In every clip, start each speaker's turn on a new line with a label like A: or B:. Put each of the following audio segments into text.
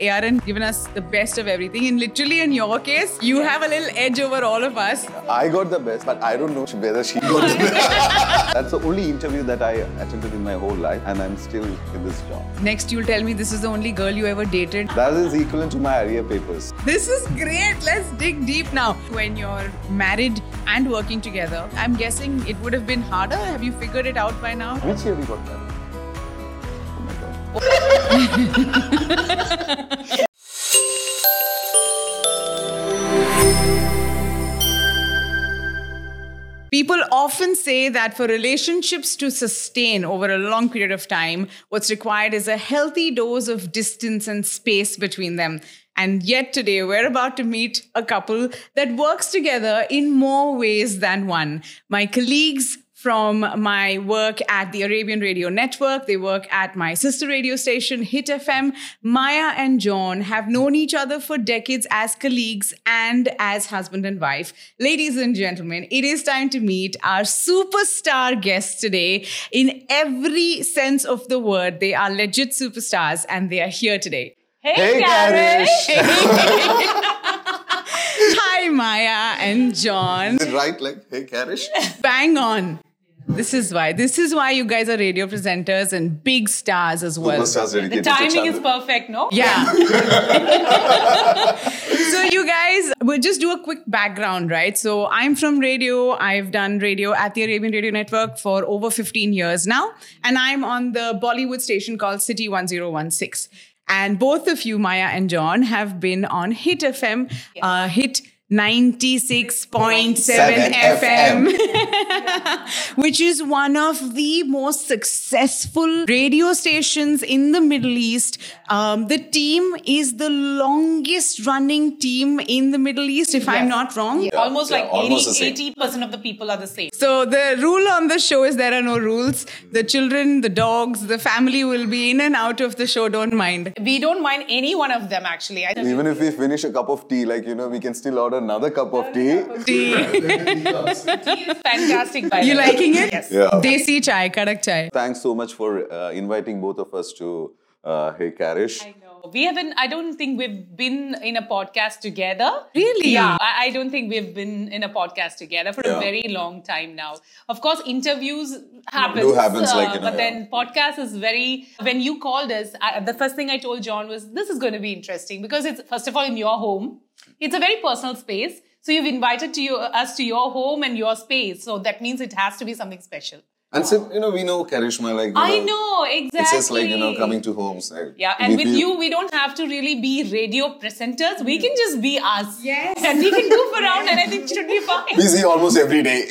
A: Aaron given us the best of everything. And literally in your case, you have a little edge over all of us.
B: I got the best, but I don't know whether she got the best. That's the only interview that I attended in my whole life, and I'm still in this job.
A: Next, you'll tell me this is the only girl you ever dated.
B: That is equivalent to my area papers.
A: This is great. Let's dig deep now. When you're married and working together, I'm guessing it would have been harder. Have you figured it out by now?
B: Which year we got married? Oh my god.
A: People often say that for relationships to sustain over a long period of time, what's required is a healthy dose of distance and space between them. And yet today, we're about to meet a couple that works together in more ways than one. My colleagues, from my work at the Arabian Radio Network. They work at my sister radio station, Hit FM. Maya and John have known each other for decades as colleagues and as husband and wife. Ladies and gentlemen, it is time to meet our superstar guests today. In every sense of the word, they are legit superstars and they are here today.
B: Hey, Garish!
A: Hi, Maya and John.
B: Is it right? Like, hey, Garish?
A: Bang on. This is why. This is why you guys are radio presenters and big stars as well.
B: Superstars
C: The
B: dedicated to each
C: timing is
B: other.
C: perfect, no?
A: Yeah. so you guys, we'll just do a quick background, right? So I'm from radio. I've done radio at the Arabian Radio Network for over 15 years now, and I'm on the Bollywood station called City 1016. And both of you, Maya and John, have been on Hit FM, uh, Hit 96.7 FM which is one of the most successful radio stations in the Middle East. Um, the team is the longest running team in the Middle East, if I'm not wrong.
C: Almost
B: yeah,
C: like
B: almost the same.
C: 80, 80% of the people are the same.
A: So the rule on the show is there are no rules. The children, the dogs, the family will be in and out of the show. Don't mind.
C: We don't mind any one of them actually. I
B: Even if we finish a cup of tea, like, you know, we can still order another cup of tea.
A: you
C: he is fantastic by the way.
A: liking it?
C: Yes.
B: Yeah.
A: Desi chai, kadak chai.
B: Thanks so much for uh, inviting both of us to uh, Hey, Garish.
C: I know. We haven't, I don't think we've been in a podcast together.
A: Really?
C: Yeah. I, I don't think we've been in a podcast together for
B: Yeah.
C: a very long time now. Of course, interviews happen.
B: Do happens, like, you know,
C: But then podcast is very, when you called us, I, the first thing I told John was, this is going to be interesting because it's, first of all, in your home, it's a very personal space. So you've invited to your, us to your home and your space. So that means it has to be something special.
B: And so, you know, we know Karishma, like, you
C: I know, exactly.
B: It's just like, you know, coming to homes. Like,
C: Yeah,
B: we
C: and with
B: feel-
C: you, we don't have to really be radio presenters. We can just be us.
A: Yes.
C: And we can goof around, and I think it should be
B: We
C: fine.
B: see almost every day.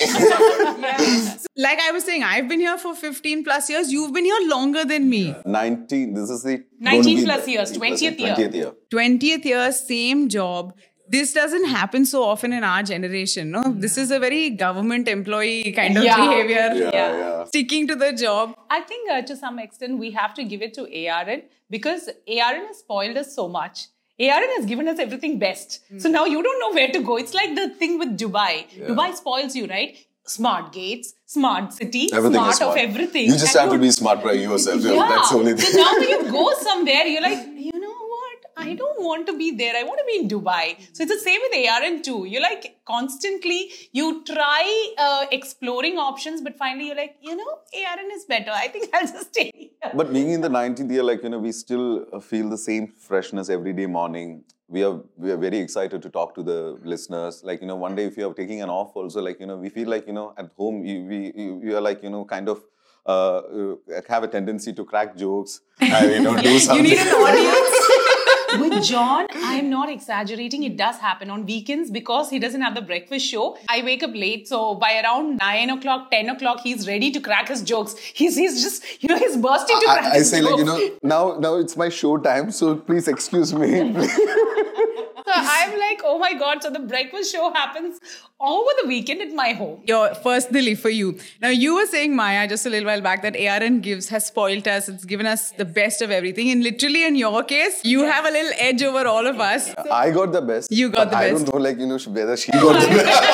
A: Like I was saying, I've been here for 15 plus years. You've been here longer than me.
B: 19, this is the. going to
C: 19
B: be
C: plus
B: the-
C: years, 20th year.
B: 20th year.
A: 20th year, same job. This doesn't happen so often in our generation. No, this is a very government employee kind of
C: Yeah.
A: behavior.
B: Yeah,
C: Yeah.
B: yeah.
A: Sticking to the job.
C: I think uh, to some extent, we have to give it to ARN because ARN has spoiled us so much. ARN has given us everything best. So now you don't know where to go. It's like the thing with Dubai. Dubai spoils you, right? Smart gates, smart city,
B: Everything
C: smart,
B: is smart.
C: of everything.
B: You just
C: And
B: have to
C: you-
B: be smart by yourself. Yeah.
C: Yeah.
B: That's the only thing.
C: So now when you go somewhere, you're like, you know what? I don't want to be there. I want to be in Dubai. So it's the same with ARN too. You're like constantly, you try uh, exploring options, but finally you're like, you know, ARN is better. I think I'll just stay here.
B: But being in the 19th year, like, you know, we still uh, feel the same freshness every day morning. We are we are very excited to talk to the listeners. Like, you know, one day if you are taking an off also, like, you know, we feel like, you know, at home, you, we, you, you are like, you know, kind of uh, uh, have a tendency to crack jokes and, you know, do
A: You
B: something.
A: need an audience.
C: With John, I'm not exaggerating. It does happen on weekends because he doesn't have the breakfast show. I wake up late, so by around nine o'clock, ten o'clock, he's ready to crack his jokes. He's he's just you know he's bursting to crack
B: I, I
C: his
B: say
C: jokes.
B: like you know now now it's my show time so please excuse me
C: So I'm like, oh my god! So the breakfast show happens over the weekend at my home.
A: Your first Dili for you. Now you were saying Maya just a little while back that ARN gives has spoiled us. It's given us the best of everything. And literally in your case, you have a little edge over all of us.
B: I got the best
A: You got
B: but
A: the
B: I
A: best.
B: don't know like you know sh- whether she got the best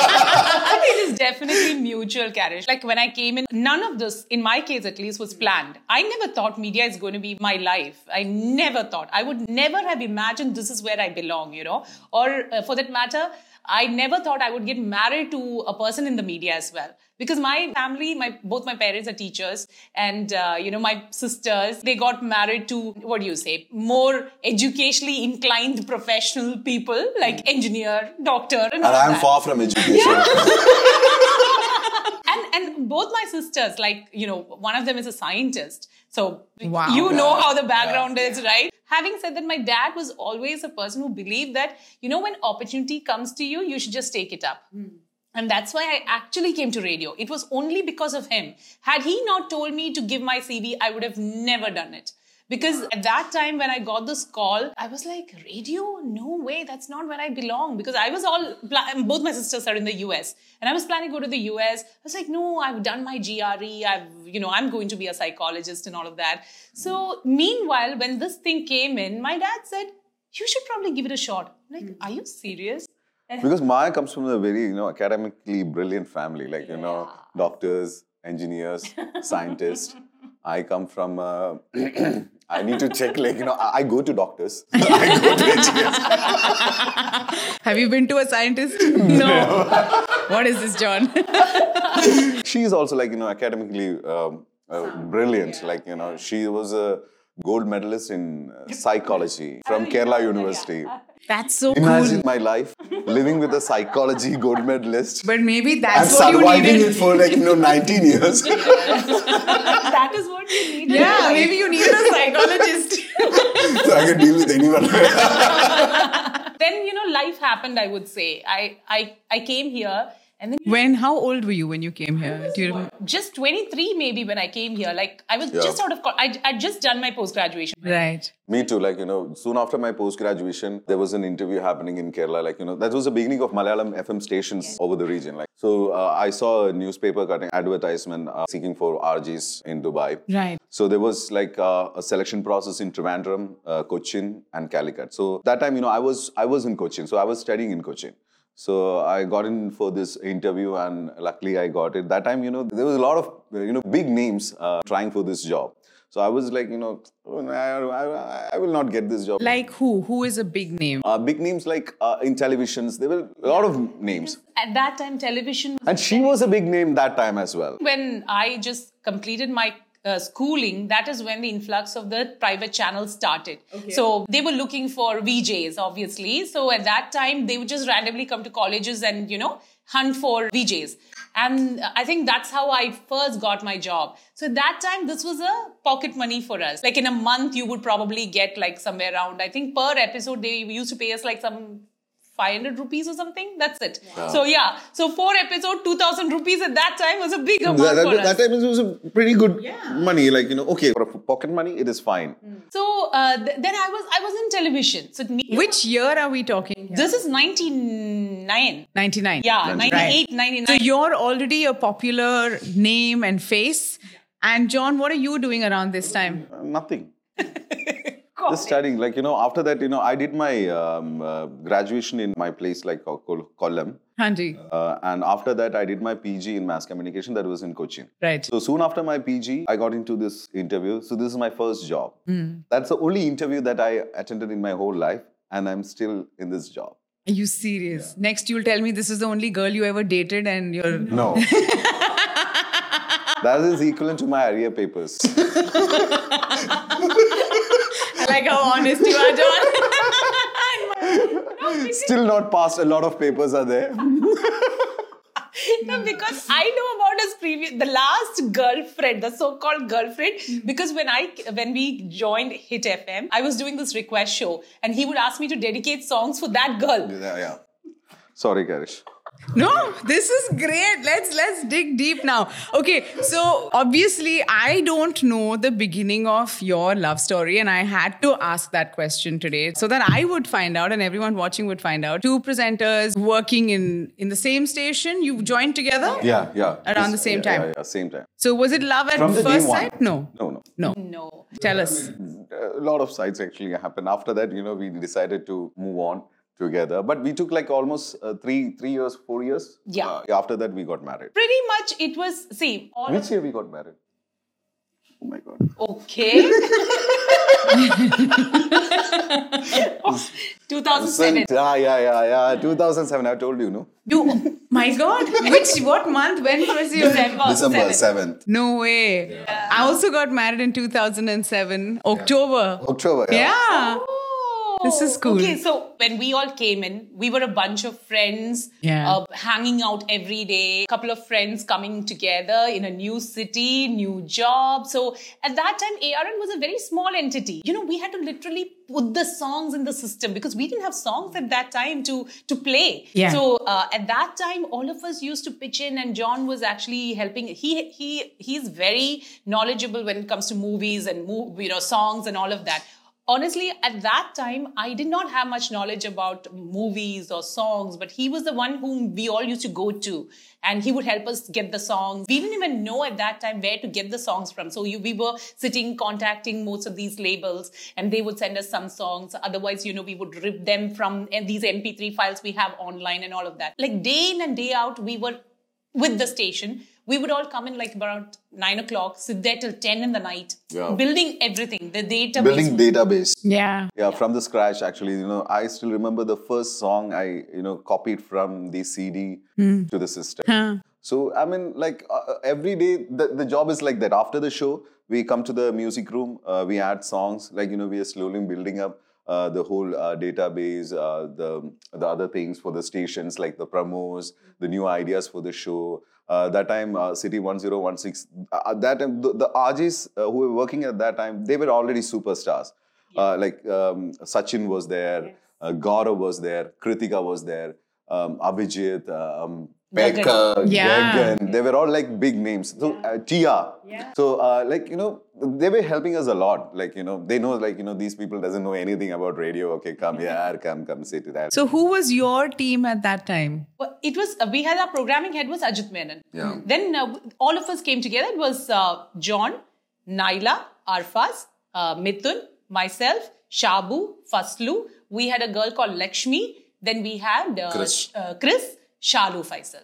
C: think it is definitely mutual carriage. Like when I came in, none of this, in my case at least, was planned. I never thought media is going to be my life. I never thought. I would never have imagined this is where I belong, you know. Or uh, for that matter, I never thought I would get married to a person in the media as well. Because my family, my both my parents are teachers, and uh, you know my sisters, they got married to what do you say, more educationally inclined professional people like engineer, doctor, and, all
B: And I'm
C: that.
B: far from education.
C: and and both my sisters like you know one of them is a scientist so
A: Wow.
C: you know how the background is right having said that my dad was always a person who believed that you know when opportunity comes to you you should just take it up and that's why I actually came to radio. It was only because of him. Had he not told me to give my CV, I would have never done it. Because at that time, when I got this call, I was like, radio? No way, that's not where I belong. Because I was all, pla- both my sisters are in the US. And I was planning to go to the US. I was like, no, I've done my GRE. I've, you know, I'm going to be a psychologist and all of that. So meanwhile, when this thing came in, my dad said, you should probably give it a shot. I'm like, are you serious?
B: because Maya comes from a very you know academically brilliant family, like you know doctors, engineers, scientists. I come from. Uh, I need to check, like you know, I, I go to doctors.
A: Have you been to a scientist? No. what is this, John?
B: she is also like you know academically um, uh, brilliant. Like you know, she was a gold medalist in uh, psychology from Kerala University.
A: That's so cool.
B: Imagine my life living with a psychology gold medalist.
A: But maybe
B: and
A: that's what you
B: surviving
A: needed.
B: it for like you know 19 years.
C: that is what you needed.
A: Yeah, maybe you needed a psychologist.
B: so I can deal with anyone.
C: then you know life happened i would say i i i came here and then
A: when? How old were you when you came here? Do you remember?
C: just 23 maybe when i came here like i was
B: Yeah.
C: just out of co- I, i'd just done my post graduation
A: Right.
B: Me too. Like, you know, soon after my post graduation, there was an interview happening in Kerala. Like, you know, that was the beginning of Malayalam FM stations over the region. Like, so uh, I saw a newspaper cutting advertisement uh, seeking for RGs in Dubai.
A: Right.
B: So there was like uh, a selection process in Trivandrum, uh, Cochin, and Calicut. So that time, you know, I was I was in Cochin, so I was studying in Cochin. So I got in for this interview, and luckily I got it. That time, you know, there was a lot of you know big names uh, trying for this job. So I was like, you know, "Oh, no, I, I, I will not get this job.
A: Like who? Who is a big name?
B: uh, big names like uh, in televisions, there were a lot of names,
C: at that time television
B: and she was a big name that time as well.
C: when i just completed my uh, schooling that is when the influx of the private channels started so they were looking for vjs obviously so at that time they would just randomly come to colleges and you know hunt for vjs and i think that's how i first got my job so at that time this was a pocket money for us like in a month you would probably get like somewhere around i think per episode they used to pay us like some 500 rupees or something that's it so yeah so four episode 2000 rupees at that time was a big amount
B: That,
C: for
B: that,
C: us
B: that time it was a pretty good money, like you know, okay, for a pocket money, it is fine.
C: so uh, th- then i was i was in television so me-
A: Which year are we talking? here?
C: this is 99
A: 99.
C: yeah 98
A: So
C: 99
A: you're already a popular name and face. And John, what are you doing around this time?
B: Uh, Nothing. Just studying, like you know, after that, you know, I did my um, uh, graduation in my place, like Col- Col- Kollam,
A: Handy.
B: uh, and after that, I did my PG in mass communication. That was in Cochin.
A: Right.
B: So soon after my PG, I got into this interview. So this is my first job. That's the only interview that I attended in my whole life, and I'm still in this job.
A: Are you serious? Next, you'll tell me this is the only girl you ever dated and you're.
B: No. that is equivalent to my area papers.
A: I like how honest you are, John.
B: Still not passed. A lot of papers are there.
C: No, because I know about his previous, the last girlfriend, the so-called girlfriend. Because when I, when we joined Hit FM, I was doing this request show, and he would ask me to dedicate songs for that girl.
B: yeah, yeah. Sorry, Karish.
A: no, this is great. Let's let's dig deep now. Okay, so obviously I don't know the beginning of your love story, and I had to ask that question today so that I would find out and everyone watching would find out. Two presenters working in in the same station, you joined together.
B: Yeah, yeah.
A: Around the
B: It's-
A: same
B: yeah,
A: time.
B: Yeah, yeah, same time.
A: So was it love at
B: From the
A: first
B: day one.
A: sight? No.
B: No, no.
A: No.
C: No,
A: Tell us.
B: A lot of sites actually happened. After that, you know, we decided to move on. together. But we took like almost uh, three three years, four years.
C: Yeah.
B: Uh, after that, we got married.
C: Pretty much it was, see, all
B: Which year we got married? Oh my god.
C: okay. Oh, 2007.
B: Yeah, Ah, yeah, yeah, yeah. 2007. I told you, no.
A: You, my God, which what month? When was your
C: December.
B: December
C: seven.
B: seventh,
A: No way. I also got married in 2007, October.
B: October.
A: Yeah.
C: Oh,
A: This is cool.
C: Okay, so when we all came in, we were a bunch of friends,
A: Yeah.
C: uh, hanging out every day. couple of friends coming together in a new city, new job. So at that time, ARN was a very small entity. You know, we had to literally put the songs in the system because we didn't have songs at that time to to play.
A: Yeah.
C: So uh, at that time, all of us used to pitch in, and John was actually helping. He he he's very knowledgeable when it comes to movies and mo- you know songs and all of that. Honestly, at that time, I did not have much knowledge about movies or songs, but he was the one whom we all used to go to, and he would help us get the songs. We didn't even know at that time where to get the songs from. So you, we were sitting contacting most of these labels, and they would send us some songs. Otherwise, you know, we would rip them from and these MP3 files we have online and all of that. Like day in and day out, we were with the station. We would all come in like about nine o'clock, sit there till ten in the night,
B: Yeah.
C: building everything, the database.
B: Building database.
A: Yeah.
B: Yeah, from the scratch actually. You know, I still remember the first song I you know copied from the CD
A: Hmm.
B: to the system. So I mean, like uh, uh, every day, the, the job is like that. After the show, we come to the music room. Uh, we add songs. Like you know, we are slowly building up uh, the whole uh, database, uh, the the other things for the stations, like the promos, the new ideas for the show. Uh, that time, uh, City 1016, uh, uh, that time, the, the RJs uh, who were working at that time, they were already superstars. Uh, like um, Sachin was there, uh, Gaurav was there, Kritika was there, um, Abhijit, um,
C: Gagan.
B: Pekka,
A: Yeah.
B: Gagan. They were all like big names. So uh, Tia. So uh, like you know, they were helping us a lot. Like you know, they know like you know these people doesn't know anything about radio. Okay, come here, come come sit there.
A: So who was your team at that time?
C: Well, it was uh, we had our programming head was Ajit Menon.
B: Yeah.
C: Then uh, all of us came together. It was uh, John, Naila, Arfaz, uh, Mithun, myself, Shabu, Faslu. We had a girl called Lakshmi. Then we had uh,
B: Chris.
C: Sh- uh, Chris, Shalu, Faisal,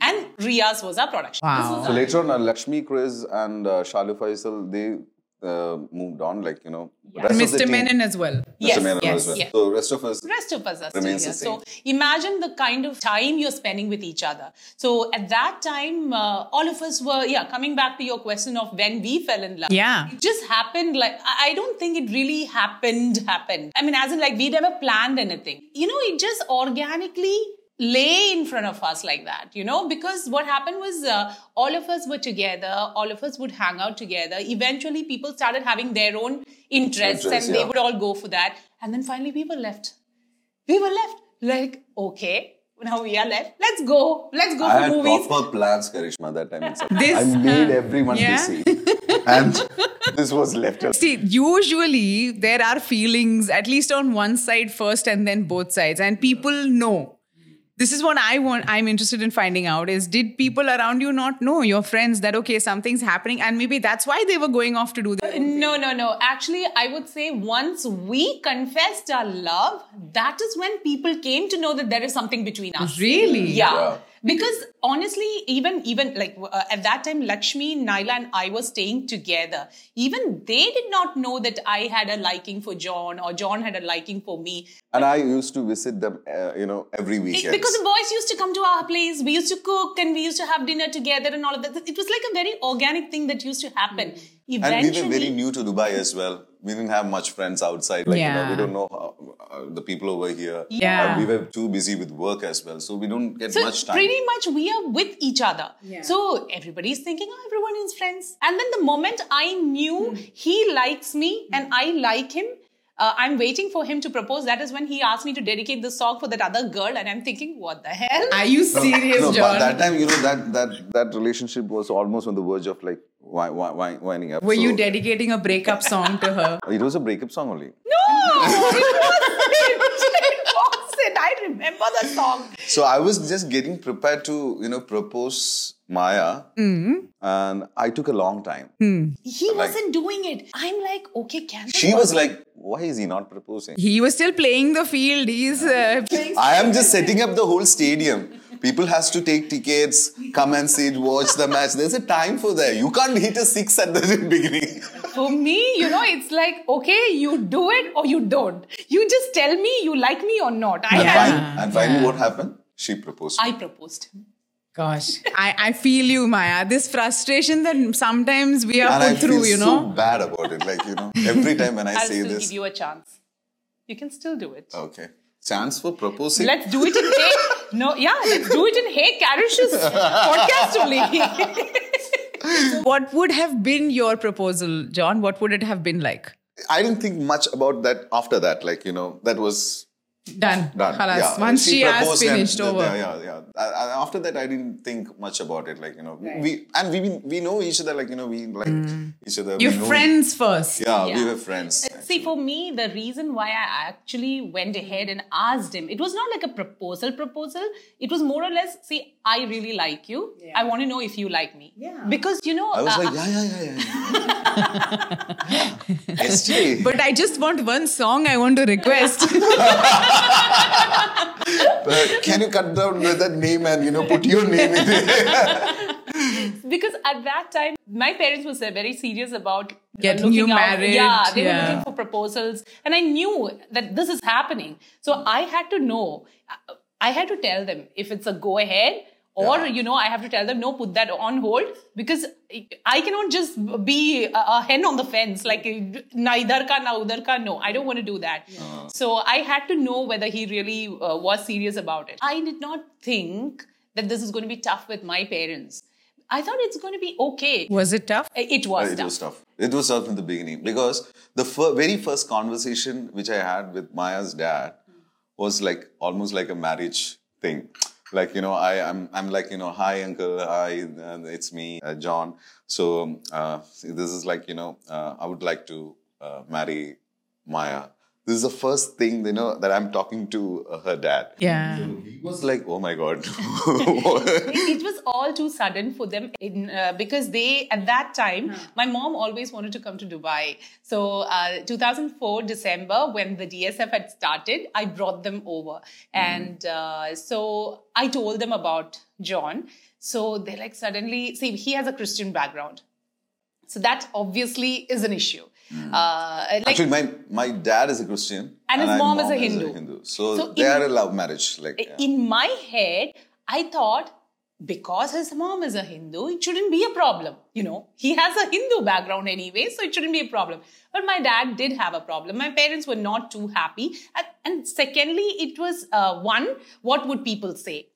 C: and Riaz was our production.
B: so later on, uh, Lakshmi, Chris, and uh, Shalu Faisal, they uh, moved on. Like you know, rest of the
A: Mr.
B: team-
A: Menon as well.
B: Mr.
C: Yes,
B: Menon
A: yes,
B: as well.
C: yes.
B: So rest of us.
C: rest of us are still here.
B: Remains the
C: So imagine the kind of time you're spending with each other. So at that time, uh, all of us were, yeah, coming back to your question of when we fell in love.
A: Yeah.
C: It just happened like, I I don't think it really happened, happened. I mean, as in like we never planned anything. You know, it just organically lay in front of us like that you know because what happened was uh, all of us were together all of us would hang out together eventually people started having their own interests
B: Interests,
C: and they
B: yeah.
C: would all go for that and then finally we were left we were left like okay now we are left let's go let's go
B: I
C: for
B: had
C: movies
B: proper plans, Karishma, that time. itself.
A: This-
B: I made everyone
A: Yeah.
B: busy. And this was left. alone.
A: See, usually there are feelings, at least on one side first and then both sides. And people know. This is what I want I'm interested in finding out is did people around you not know, your friends, that okay, something's happening and maybe that's why they were going off to do that.
C: no no no actually i would say once we confessed our love that is when people came to know that there is something between us
A: Really?
C: yeah,
B: Yeah.
C: because honestly even even like uh, at that time lakshmi naila and i were staying together even they did not know that i had a liking for john or john had a liking for me
B: And I used to visit them, uh, you know, every
C: It-
B: weekend.
C: because the boys used to come to our place we used to cook and we used to have dinner together and all of that it was like a very organic thing that used to happen
B: and
C: eventually
B: we were very new to Dubai as well. We didn't have much friends outside. Like, you know,
A: Yeah.
B: we don't know how, uh, the people over here.
A: Yeah.
B: Uh, we were too busy with work as well. So we don't get
C: so
B: much time.
C: pretty much we are with each other so everybody's thinking oh everyone is friends and then the moment i knew he likes me and i like him uh, i'm waiting for him to propose that is when he asked me to dedicate the song for that other girl and i'm thinking what the hell
A: Are you serious,
B: no,
A: John?
B: but that time, you know, that that that relationship was almost on the verge of like wi- wi- wi- winding up.
A: were you
B: So
A: dedicating a breakup song to her?
B: It was a breakup song only.
C: no it wasn't it wasn't i remember the song
B: So I was just getting prepared to, you know, propose Maya,
A: Mm-hmm.
B: and I took a long time.
A: Hmm.
C: He
B: Like-
C: wasn't doing it. I'm like, okay, can
B: She was like, "Why is he not proposing?"
A: He was still playing the field. He's uh,
B: I am just setting up the whole stadium. People has to take tickets, come and sit, watch the match. There's a time for that. You can't hit a six at the beginning.
C: For me, you know, it's like, okay, you do it or you don't. You just tell me you like me or not. I
B: And,
A: Yeah.
B: fin- and finally, what happened? She proposed.
C: I proposed.
A: gosh. I, I feel you, Maya. This frustration that sometimes we are
B: and I
A: put through,
B: feel
A: you
B: so
A: know.
B: bad about it. Like you know, every time when I
C: I'll
B: say
C: still
B: this, Uh,
C: give you a chance. You can still do it.
B: okay, chance for proposing.
C: Let's do it in Hey. No, yeah, let's do it in Hey Carish's podcast only.
A: What would have been your proposal, John? What would it have been like?
B: I didn't think much about that after that. Like you know, that was
A: Done.
B: done.
A: Khalas.
B: Yeah.
A: Once she, has
B: proposed and
A: finished
B: th-
A: over.
B: Yeah, yeah, yeah. A- a- after that, I didn't think much about it. Like you know, we and we been- we know each other. Like you know, we like
A: Mm.
B: each other.
A: Your
B: we know-
A: friends first.
B: Yeah, we
C: Yeah. Uh,
B: were friends.
C: See, for me, the reason why I actually went
A: Mm-hmm.
C: ahead and asked him, it was not like a proposal proposal. It was more or less, see, I really like you. I want to know if you like me. Yeah. Because, you know,
B: I was
C: uh,
B: like, yeah, yeah, yeah, yeah. yeah. Yesterday.
A: But I just want one song I want to request.
B: But can you cut down that name and you know put your name in it?
C: because at that time my parents were very serious about
A: Getting
C: looking
A: you
C: out-
A: married,
C: yeah they
A: yeah.
C: were looking for proposals and i knew that this is happening so i had to know i had to tell them if it's a go ahead or
B: Yeah.
C: you know i have to tell them no put that on hold because i cannot just be a, a hen on the fence like neither ka na udhar ka no i don't want to do that so i had to know whether he really uh, was serious about it i did not think that this is going to be tough with my parents I thought it's going to be okay.
A: was it tough?
C: It was
B: it
C: tough.
B: was tough. It was tough in the beginning because the fir- very first conversation which I had with Maya's dad was like almost like a marriage thing. Like you know, I I'm I'm like you know, hi uncle, hi, uh, it's me, uh, John. So um, uh, this is like you know, uh, I would like to uh, marry Maya. This is the first thing you know that I'm talking to uh, her dad.
A: Yeah.
B: He was like, oh my god.
C: It was all too sudden for them in, uh, because they, at that time, my mom always wanted to come to Dubai. So, uh, 2004 December, when the DSF had started, I brought them over. And uh, so I told them about John. So they like suddenly, see, he has a Christian background. So that obviously is an issue. Uh, like,
B: Actually, my, my dad is a Christian.
C: And his
B: my
C: mom is a Hindu.
B: So,
C: So
B: they
C: in-
B: had a love marriage. Like, yeah.
C: in my head, I thought because his mom is a Hindu, it shouldn't be a problem. You know, he has a Hindu background anyway, so it shouldn't be a problem. But my dad did have a problem. My parents were not too happy. And, and secondly, it was uh, one, what would people say?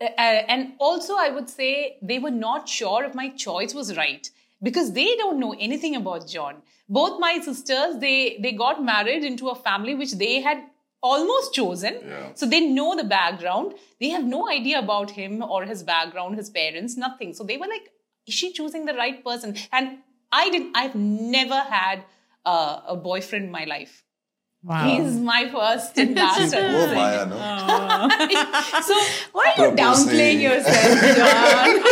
C: Uh, and also, I would say they were not sure if my choice was right because they don't know anything about John. Both my sisters, they they got married into a family which they had almost chosen. So they know the background. They have no idea about him or his background, his parents, nothing. So they were like, "Is she choosing the right person?" And I didn't. I've never had uh, a boyfriend in my life. He's my first and last. I
B: oh,
C: would say.
B: Maya, no?
C: so
A: Why are you
B: Proposing.
A: downplaying yourself, John?
C: No,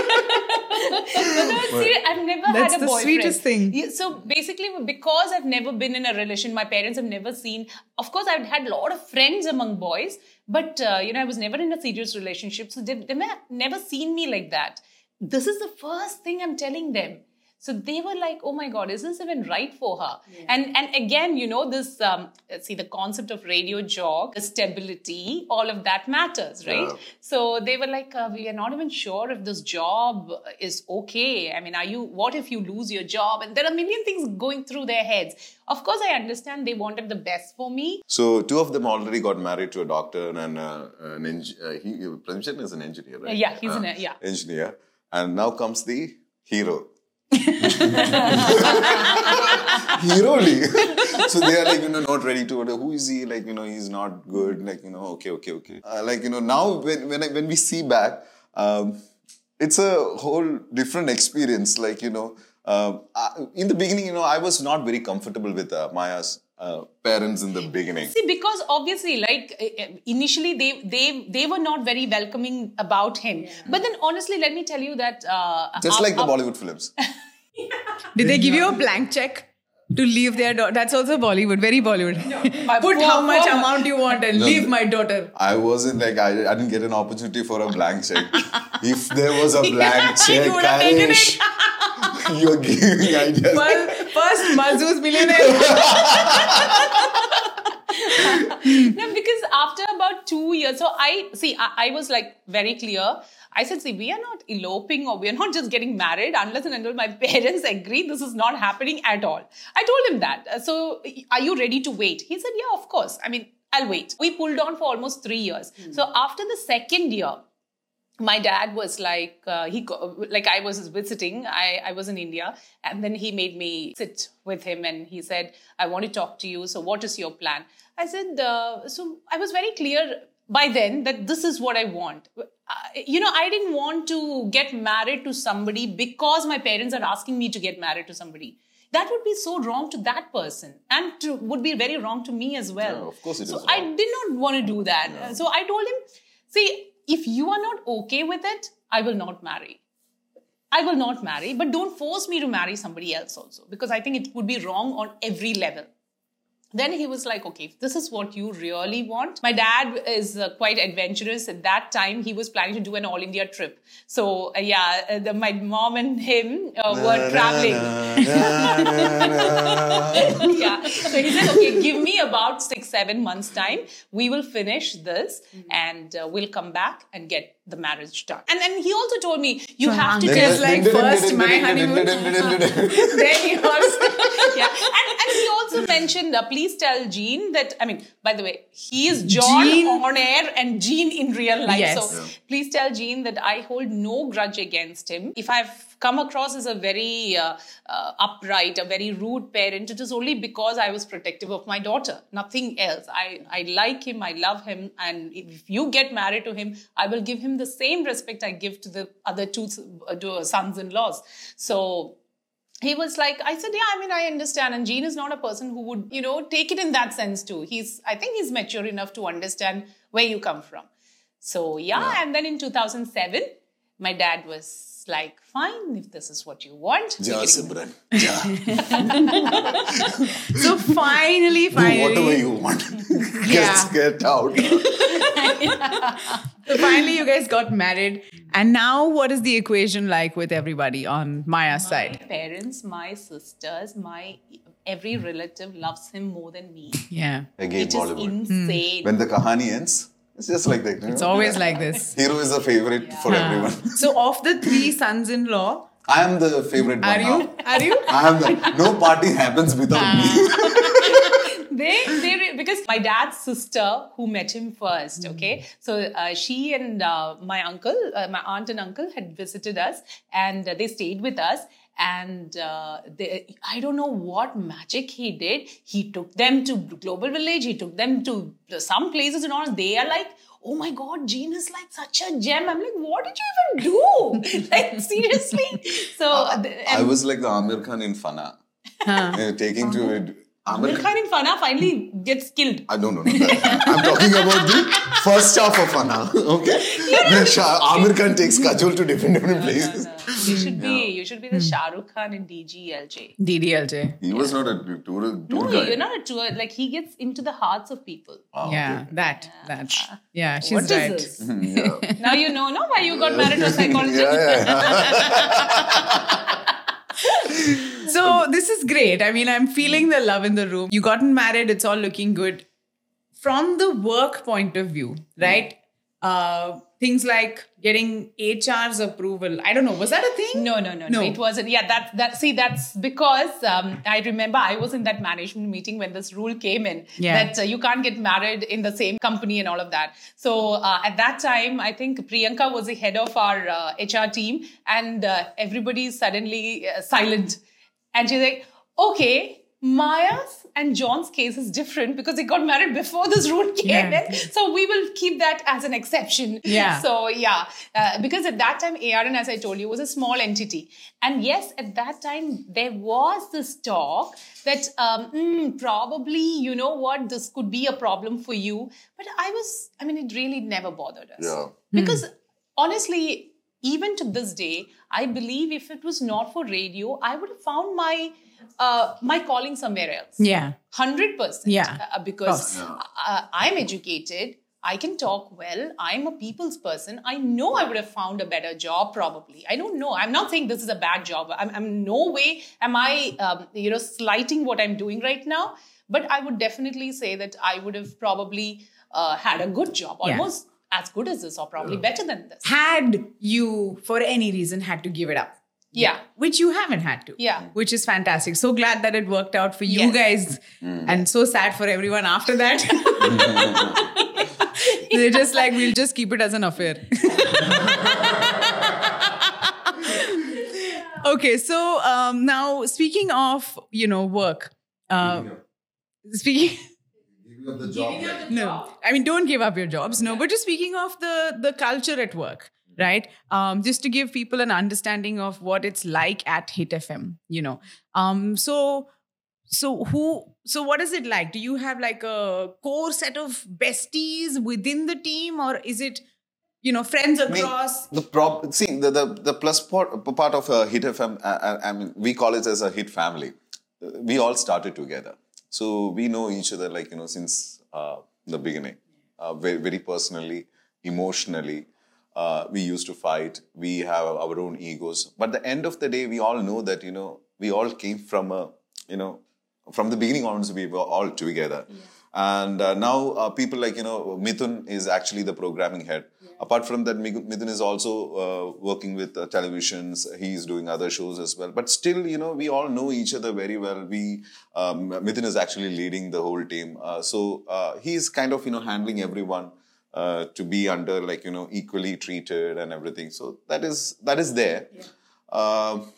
C: no, seriously, I've never
A: That's
C: had a
A: the
C: boyfriend.
A: sweetest thing.
C: Yeah, So basically, because I've never been in a relation, my parents have never seen. Of course, I've had a lot of friends among boys, but uh, you know, I was never in a serious relationship, so they've, they've never seen me like that. This is the first thing I'm telling them. So they were like, "Oh my God, is this even right for her?" And and again, you know, this um, see the concept of radio jog, the stability, all of that matters, right?
B: Yeah.
C: So they were like, uh, "We are not even sure if this job is okay. I mean, are you? What if you lose your job?" And there are a million things going through their heads. Of course, I understand they wanted the best for me.
B: So, two of them already got married to a doctor and uh, an engineer. Uh, he, Premchen is an engineer, right? Uh,
C: Yeah, he's an- yeah.
B: Engineer. And now comes the hero. hero league. so they are like, you know, not ready to order. Who is he? Like, you know, he's not good. Like, you know, okay, okay, okay. Uh, like, you know, now when when, I, when we see back, um, it's a whole different experience. Like, you know, um, I, in the beginning, you know, I was not very comfortable with uh, Maya's uh, parents in the beginning.
C: See, because obviously, like uh, uh, initially, they they they were not very welcoming about him. But then, honestly, let me tell you that uh,
B: Just
C: up-
B: like the
C: up-
B: Bollywood films.
A: Did they give you a blank check to leave their daughter? That's also Bollywood, very Bollywood.
C: My
A: Put
C: poor-
A: how much
C: poor-
A: amount you want and leave my daughter.
B: I wasn't like I, I didn't get an opportunity for a blank check. if there was a blank
A: You
B: check,
A: would have taken
B: Kailash, you're giving ideas.
A: Well, first, Mazu's millionaire.
C: No, because after about two years, so I see, I, I was like very clear. I said, see, we are not eloping or we are not just getting married unless and until my parents agree this is not happening at all. I told him that. Uh, So, are you ready to wait? He said, yeah, of course. I mean, I'll wait. We pulled on for almost three years. So, after the second year, my dad was like uh, he go, like i was visiting I, I was in india and then he made me sit with him and he said i want to talk to you so what is your plan i said uh, so i was very clear by then that this is what i want Uh, you know i didn't want to get married to somebody because my parents are asking me to get married to somebody that would be so wrong to that person and to, would be very wrong to me as well
B: Yeah, of course it
C: so
B: is
C: I
B: wrong.
C: did not want to do that. So I told him, see, if you are not okay with it, I will not marry. I will not marry, but don't force me to marry somebody else also, because I think it would be wrong on every level. Then he was like, okay, if this is what you really want. My dad is uh, quite adventurous. At that time, he was planning to do an all India trip. So, uh, yeah, uh, the, my mom and him uh, were traveling yeah. So he said, okay, give me about six, seven months' time. We will finish this
A: Mm-hmm.
C: and uh, we'll come back and get the marriage done. And then he also told me, you have to
A: It
C: tell.
A: was like first my honeymoon. then you also.
C: Yeah. And, and he also mentioned, uh, please tell Jean that, I mean, by the way, he is John
A: Jean-
C: on air and Jean in real life.
A: Yes.
C: So please tell Jean that I hold no grudge against him. If I've come across as a very uh, uh, upright, a very rude parent, it is only because I was protective of my daughter, nothing else. I, I like him, I love him, and if you get married to him, I will give him the same respect I give to the other two uh, sons in laws. So he was like i said yeah i mean i understand and gene is not a person who would you know take it in that sense too he's i think he's mature enough to understand where you come from so yeah, and then in 2007 my dad was like fine if this is what you want we're
B: Ja,
C: getting-
B: Simran. Ja.
A: So finally,
B: Do whatever
A: finally,
B: you want.
A: Yeah.
B: Just get out.
A: so finally, you guys got married. And now, what is the equation like with everybody on Maya's side?
C: my parents my sisters my every relative loves him more than me
A: Yeah.
B: Again,
C: It is
B: Bollywood.
C: insane
B: When the kahani ends, it's just like that.
A: It's always like this.
B: Hero is a favorite for everyone.
A: So, of the three sons in law,
B: I am the favorite
A: are
B: one
A: you?
B: now.
A: Are you?
B: I am the, no party happens without me.
C: they they re- because my dad's sister who met him first okay so uh, she and uh, my uncle uh, my aunt and uncle had visited us and uh, they stayed with us and uh, they, i don't know what magic he did he took them to global village he took them to some places and all they are like oh my god gene is like such a gem i'm like what did you even do like seriously so th-
B: I was like the Amir Khan in Fana. Uh, taking to it. Amir Khan.
C: Milkha in Fana finally gets killed.
B: I don't know. I'm talking about the first half of Fana. Okay? When Shah, Amir Khan takes Kajol to different, different places.
C: You should be you should be the
B: Hmm.
C: Shah Rukh Khan in DGLJ.
A: DDLJ.
B: He was not a tour, tour
C: No,
B: guide.
C: you're not a tour. Like he gets into the hearts of people.
B: Wow,
A: Yeah,
B: Oh, okay.
A: that, that. Yeah, she's
C: What is
A: right.
C: this?
B: Yeah.
C: Now you know, no, why you got married to a psychologist.
B: yeah, yeah.
A: So this is great. I mean, I'm feeling the love in the room. You gotten married, it's all looking good. From the work point of view, right? Uh, things like getting HR's approval. I don't know. Was that a thing?
C: No, no, no, no, It wasn't. Yeah, that that see, that's because um, I remember I was in that management meeting when this rule came in
A: Yeah.
C: that uh, you can't get married in the same company and all of that. So uh, at that time, I think Priyanka was the head of our uh, HR team, and uh, everybody is suddenly uh, silent, and she's like, "Okay, Maya's and John's case is different because they got married before this rule came
A: Yeah.
C: in. So we will keep that as an exception.
A: Yeah.
C: So yeah, uh, because at that time ARN, as I told you, was a small entity, and yes, at that time there was this talk that um, mm, probably you know what this could be a problem for you, but I was, I mean, it really never bothered us
B: Yeah.
C: because honestly even to this day i believe if it was not for radio i would have found my uh, my calling somewhere else
A: Yeah.
C: 100%
A: Yeah.
C: uh, because
A: Of
B: course.
C: uh, i'm educated i can talk well i'm a people's person i know i would have found a better job probably i don't know i'm not saying this is a bad job i'm, I'm no way am i um, you know slighting what i'm doing right now but i would definitely say that i would have probably uh, had a good job
A: Yeah.
C: almost as good as this or probably better than this
A: Had you, for any reason, had to give it up,
C: yeah
A: which you haven't had to.
C: Yeah.
A: Which is fantastic. So glad that it worked out for you
C: Yes.
A: guys. And so sad for everyone after that. They're just like, we'll just keep it as an affair. okay. So um, now, speaking of, you know, work, uh, speaking.
B: the job.
A: No, I mean, don't give up your jobs. No, but just speaking of the the culture at work,
B: Mm-hmm.
A: right? Um, just to give people an understanding of what it's like at Hit FM, you know. Um, so, so who? So what is it like? Do you have like a core set of besties within the team, or is it, you know, friends across?
B: The prob see the, the the plus part part of uh, Hit FM. I, I, I mean, we call it as a Hit family. Uh, We all started together, so we know each other like you know since uh, the beginning, uh, very very personally, emotionally. Uh, we used to fight. We have our own egos, but the end of the day, we all know that you know we all came from a you know from the beginning onwards we were all together and uh, now uh, people like you know mithun is actually the programming head apart from that Mig- mithun is also uh, working with uh, televisions he is doing other shows as well but still you know we all know each other very well we um, mithun is actually leading the whole team uh, so uh, he is kind of you know handling everyone uh, to be under like you know equally treated and everything so that is that is there Um,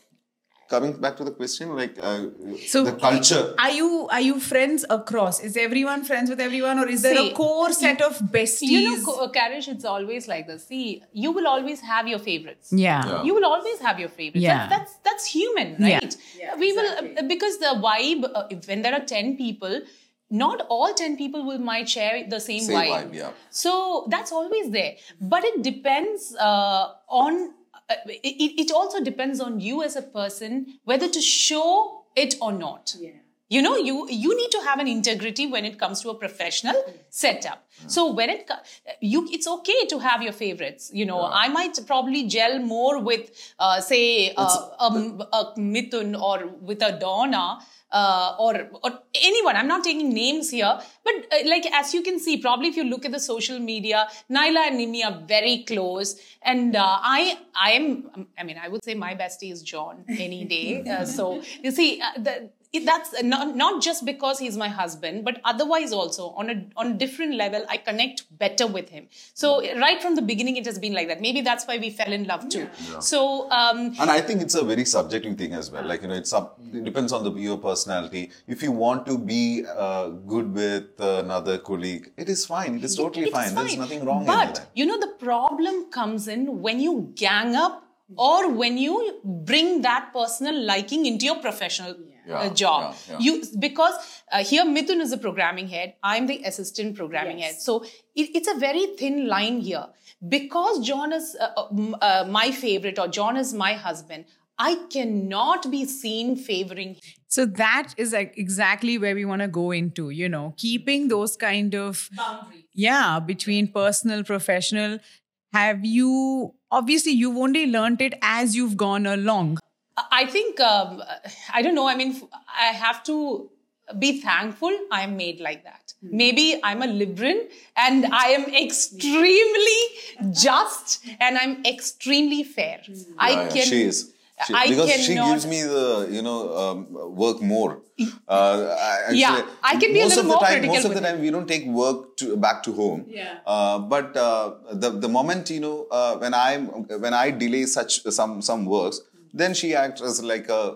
B: coming back to the question like uh,
A: So-
B: the culture
A: Are you are you friends across? Is everyone friends with everyone, or is there
C: See,
A: a core set of besties?
C: you know Ko- uh, Karish, it's always like this see you will always have your favorites
A: yeah.
C: you will always have your favorites
A: Yeah.
C: that's, that's that's human
A: Yeah.
C: right we will uh, because the vibe uh, if- when there are 10 people not all 10 people will might share the same,
B: Same vibe, yeah.
C: so that's always there but it depends uh, on uh, it, it also depends on you as a person whether to show it or not you know you you need to have an integrity when it comes to a professional setup so when it co- uh, you it's okay to have your favorites you know i might probably gel more with uh, say uh, a, a mithun or with a donna uh, or, or anyone i'm not taking names here but uh, like as you can see probably if you look at the social media naila and nimi are very close and uh, i i am um, i mean i would say my bestie is john any day Uh, so you see uh, the it, that's not, not just because he's my husband but otherwise also on a on a different level i connect better with him so right from the beginning it has been like that maybe that's why we fell in love too so um
B: and i think it's a very subjective thing as well like you know it's up it depends on the your personality if you want to be uh, good with another colleague it is fine it is totally
C: it's
B: fine. there's nothing wrong
C: but
B: in that
C: you know the problem comes in when you gang up or when you bring that personal liking into your professional uh,
B: Yeah,
C: job
B: yeah, yeah.
C: you because uh, here mithun is the programming head i'm the assistant programming head so it, it's a very thin line here because john is uh, uh, m- uh, my favorite or john is my husband i cannot be seen favoring him
A: So that is like exactly where we want to go into, you know, keeping those kind of boundaries. Yeah, between personal, professional. Have you obviously you've only learnt it as you've gone along.
C: I think um, I don't know. I mean, I have to be thankful I am made like that. Maybe I'm a Libran and I am extremely just and I'm extremely fair. I
B: Yeah, yeah,
C: can.
B: she is she,
C: I
B: because she
C: cannot-
B: gives me the you know um, work more uh, I,
C: Yeah,
B: actually-
C: I can be a
B: most of
C: little
B: the
C: more
B: time,
C: critical
B: most of
C: with
B: the
C: it.
B: time we don't take work to, back to home
A: Yeah.
B: uh, but uh, the the moment you know uh, when i when i delay such some some works then she acts as like a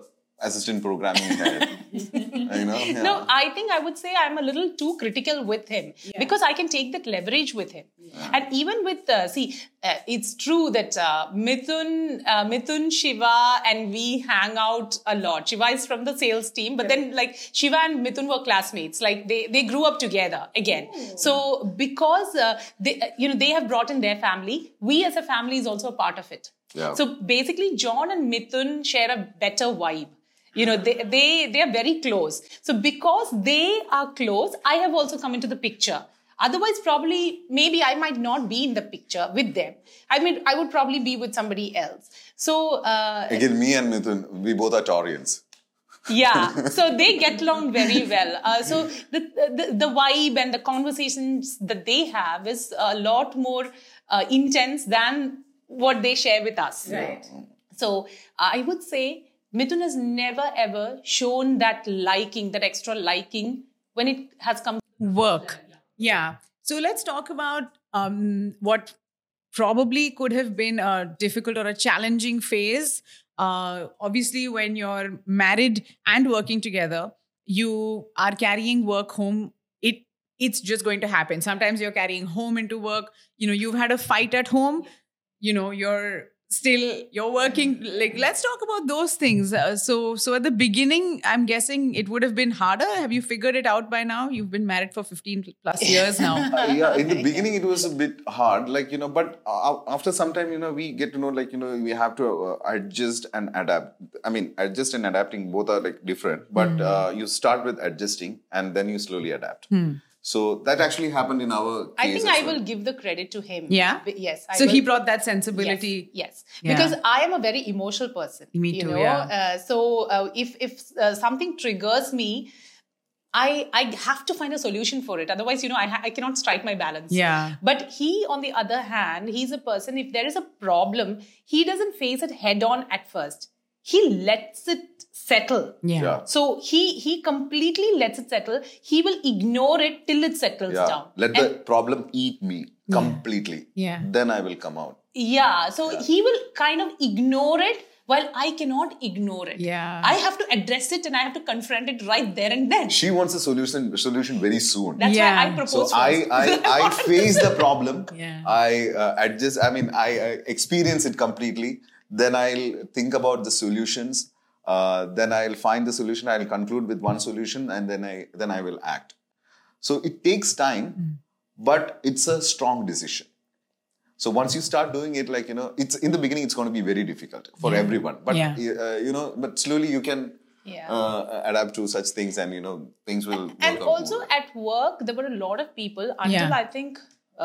B: assistant programming head. you know? Yeah.
C: No, I think I would say I'm a little too critical with him because I can take that leverage with him. And even with, uh, see, uh, it's true that uh, Mithun, uh, Mithun, Shiva, and we hang out a lot. Shiva is from the sales team, but then like Shiva and Mithun were classmates. Like they, they grew up together again. So because uh, they, uh, you know they have brought in their family, we as a family is also a part of it.
B: Yeah.
C: So basically, John and Mithun share a better vibe. You know, they, they they are very close. So because they are close, I have also come into the picture. Otherwise, probably maybe I might not be in the picture with them. I mean, I would probably be with somebody else. So uh,
B: Again, me and Mithun, we both are Taurians.
C: yeah so they get along very well uh, so the, the the vibe and the conversations that they have is a lot more uh, intense than what they share with us
A: Right.
C: so uh, i would say mithun has never ever shown that liking that extra liking when it has come
A: work. Yeah. So let's talk about um, what probably could have been a difficult or a challenging phase. Uh, obviously, when you're married and working together, you are carrying work home. It it's just going to happen. Sometimes you're carrying home into work. You know, you've had a fight at home. You know, you're still you're working. Like, let's talk about those things. Uh, so, so at the beginning, I'm guessing it would have been harder. Have you figured it out by now? You've been married for 15 plus years now.
B: Uh, yeah, in the beginning it was a bit hard, like you know, but uh, after some time, you know, we get to know, like you know, we have to uh, adjust and adapt. I mean, adjust and adapting both are like different, but
C: Hmm.
B: uh, you start with adjusting and then you slowly adapt. So that actually happened in our. Case
C: Hmm. i think
B: as
C: i
B: well.
C: will give the credit to him
A: Yeah?
C: But yes I
A: so he
C: will-
A: brought that sensibility.
C: Yes, yes.
A: Yeah.
C: because I am a very emotional person.
A: Me
C: you
A: too,
C: know?
A: yeah.
C: Uh, so uh, if if uh, something triggers me, I I have to find a solution for it. Otherwise, you know, I ha- I cannot strike my balance.
A: Yeah.
C: But he, on the other hand, he's a person. If there is a problem, he doesn't face it head on at first. He lets it settle.
A: Yeah.
B: Yeah.
C: So he he completely lets it settle. He will ignore it till it settles
B: Yeah.
C: down.
B: Let
C: And-
B: the problem eat me completely.
A: Yeah.
B: Then I will come out.
C: Yeah, so he will kind of ignore it while I cannot ignore it.
A: Yeah.
C: I have to address it and I have to confront it right there and then.
B: She wants a solution solution very soon.
C: That's
A: Yeah.
C: why I
B: so
C: propose.
B: I, I, I face the problem.
A: Yeah.
B: I uh, adjust. I mean, I, I experience it completely. Then I'll think about the solutions. Uh, then I'll find the solution. I'll conclude with one solution, and then I then I will act. So it takes time,
A: Hmm.
B: but it's a strong decision. So once you start doing it, like you know, it's in the beginning, it's going to be very difficult for everyone. But
A: Yeah.
B: uh, you know, but slowly you can
C: Yeah.
B: uh, adapt to such things, and you know, things will.
C: and
B: work out
C: also
B: more.
C: at work, there were a lot of people until
A: Yeah.
C: I think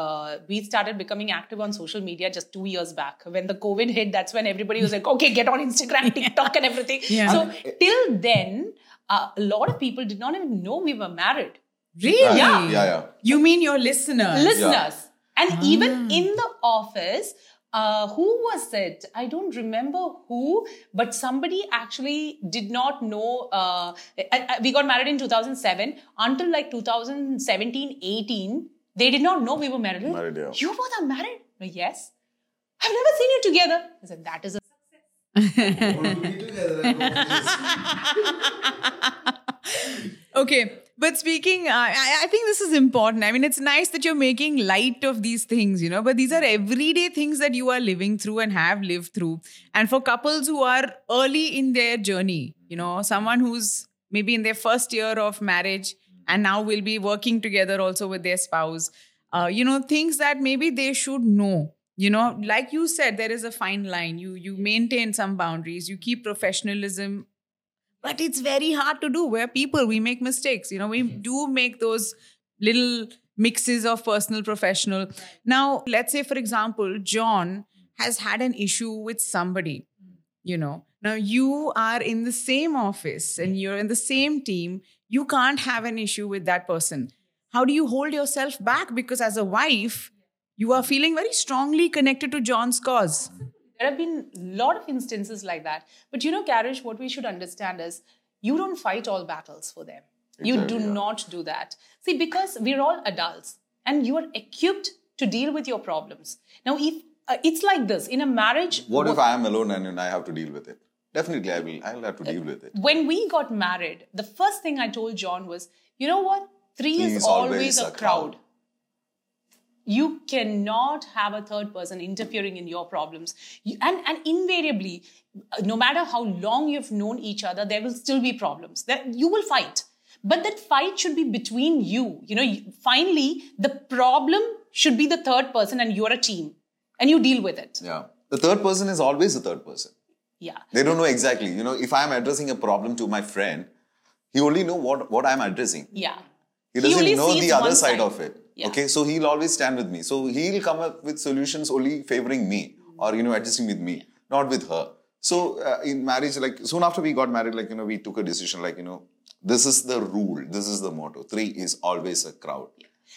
C: uh, we started becoming active on social media just two years back. When the COVID hit, that's when everybody was like, okay, get on Instagram, TikTok, and everything.
A: Yeah.
C: So till then, uh, a lot of people did not even know we were married.
A: Really?
B: yeah, yeah. yeah.
A: You mean your listeners?
C: listeners and even in the office uh, who was it i don't remember who but somebody actually did not know uh, I- I- we got married in 2007 until like 2017 18 they did not know we were married
B: Married, yeah.
C: you both are married yes i've never seen you together i said that is a
A: okay but speaking uh, I, I think this is important i mean it's nice that you're making light of these things you know but these are everyday things that you are living through and have lived through and for couples who are early in their journey you know someone who's maybe in their first year of marriage and now will be working together also with their spouse uh, you know things that maybe they should know you know like you said there is a fine line you you maintain some boundaries you keep professionalism but it's very hard to do we're people we make mistakes you know we do make those little mixes of personal professional now let's say for example john has had an issue with somebody you know now you are in the same office and you're in the same team you can't have an issue with that person how do you hold yourself back because as a wife you are feeling very strongly connected to john's cause
C: There have been a lot of instances like that. But you know, Karish, what we should understand is you don't fight all battles for them. You do
B: Exactly, yeah.
C: not do that. See, because we're all adults and you are equipped to deal with your problems. Now, if uh, it's like this in a marriage,
B: What if I am alone and, and I have to deal with it? Definitely, I will. I'll have to deal with it.
C: When we got married, the first thing I told John was, you know what? Three,
B: Three
C: is, always, a, crowd. You cannot have a third person interfering in your problems. You- and, and invariably, uh, no matter how long you've known each other, there will still be problems. That you will fight. But that fight should be between you. You know, you- finally, the problem should be the third person and you're a team. And you deal with it.
B: Yeah. The third person is always the third person.
C: Yeah.
B: They don't know exactly. You know, if I'm addressing a problem to my friend, he only know what what I'm addressing.
C: Yeah.
B: He
C: He
B: doesn't
C: only
B: know
C: sees
B: the other
C: one
B: side,
C: side.
B: of it.
C: Yeah.
B: Okay, so he'll always stand with me. So he'll come up with solutions only favoring me or you know adjusting with me, not with her. So uh, in marriage, like soon after we got married, like you know we took a decision, like you know this is the rule, this is the motto. Three is always a crowd.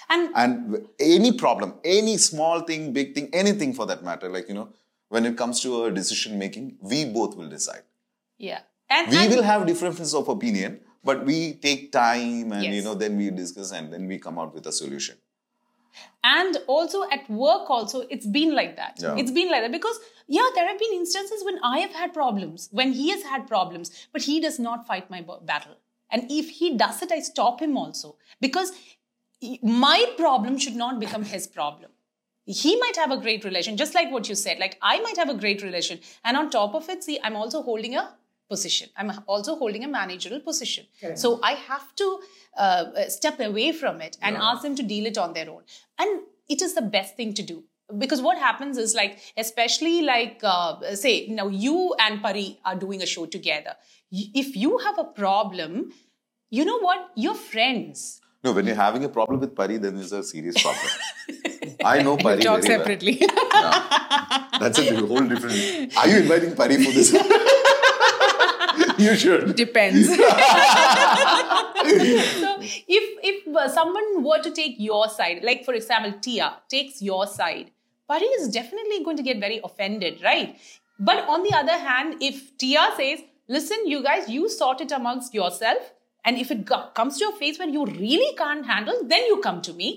C: And
B: And w- any problem, any small thing, big thing, anything for that matter, like you know, when it comes to a decision making, we both will decide.
C: yeah. And,
B: We
C: and-
B: will have differences of opinion, but we take time and you
C: Yes.
B: know, then we discuss and then we come out with a solution.
C: and also at work also it's been like that
B: Yeah.
C: it's been like that because yeah there have been instances when i have had problems when he has had problems but he does not fight my b- battle and if he does it i stop him also because he- my problem should not become his problem he might have a great relation just like what you said like i might have a great relation and on top of it see i'm also holding a position i'm also holding a managerial position so i have to uh, uh, step away from it and ask them to deal it on their own and it is the best thing to do because what happens is like especially like uh, say now you and pari are doing a show together Y- if you have a problem you know what you're friends
B: No, when you're having a problem with Pari, then it's a serious problem. I know Pari.
A: Talk
B: very well.
A: separately.
B: That's a whole different. Are you inviting Pari for this? you should.
A: Depends.
C: so if if uh, someone were to take your side like for example tia takes your side pari is definitely going to get very offended right but on the other hand if tia says listen you guys you sort it amongst yourself and if it go- comes to a phase when you really can't handle then you come to me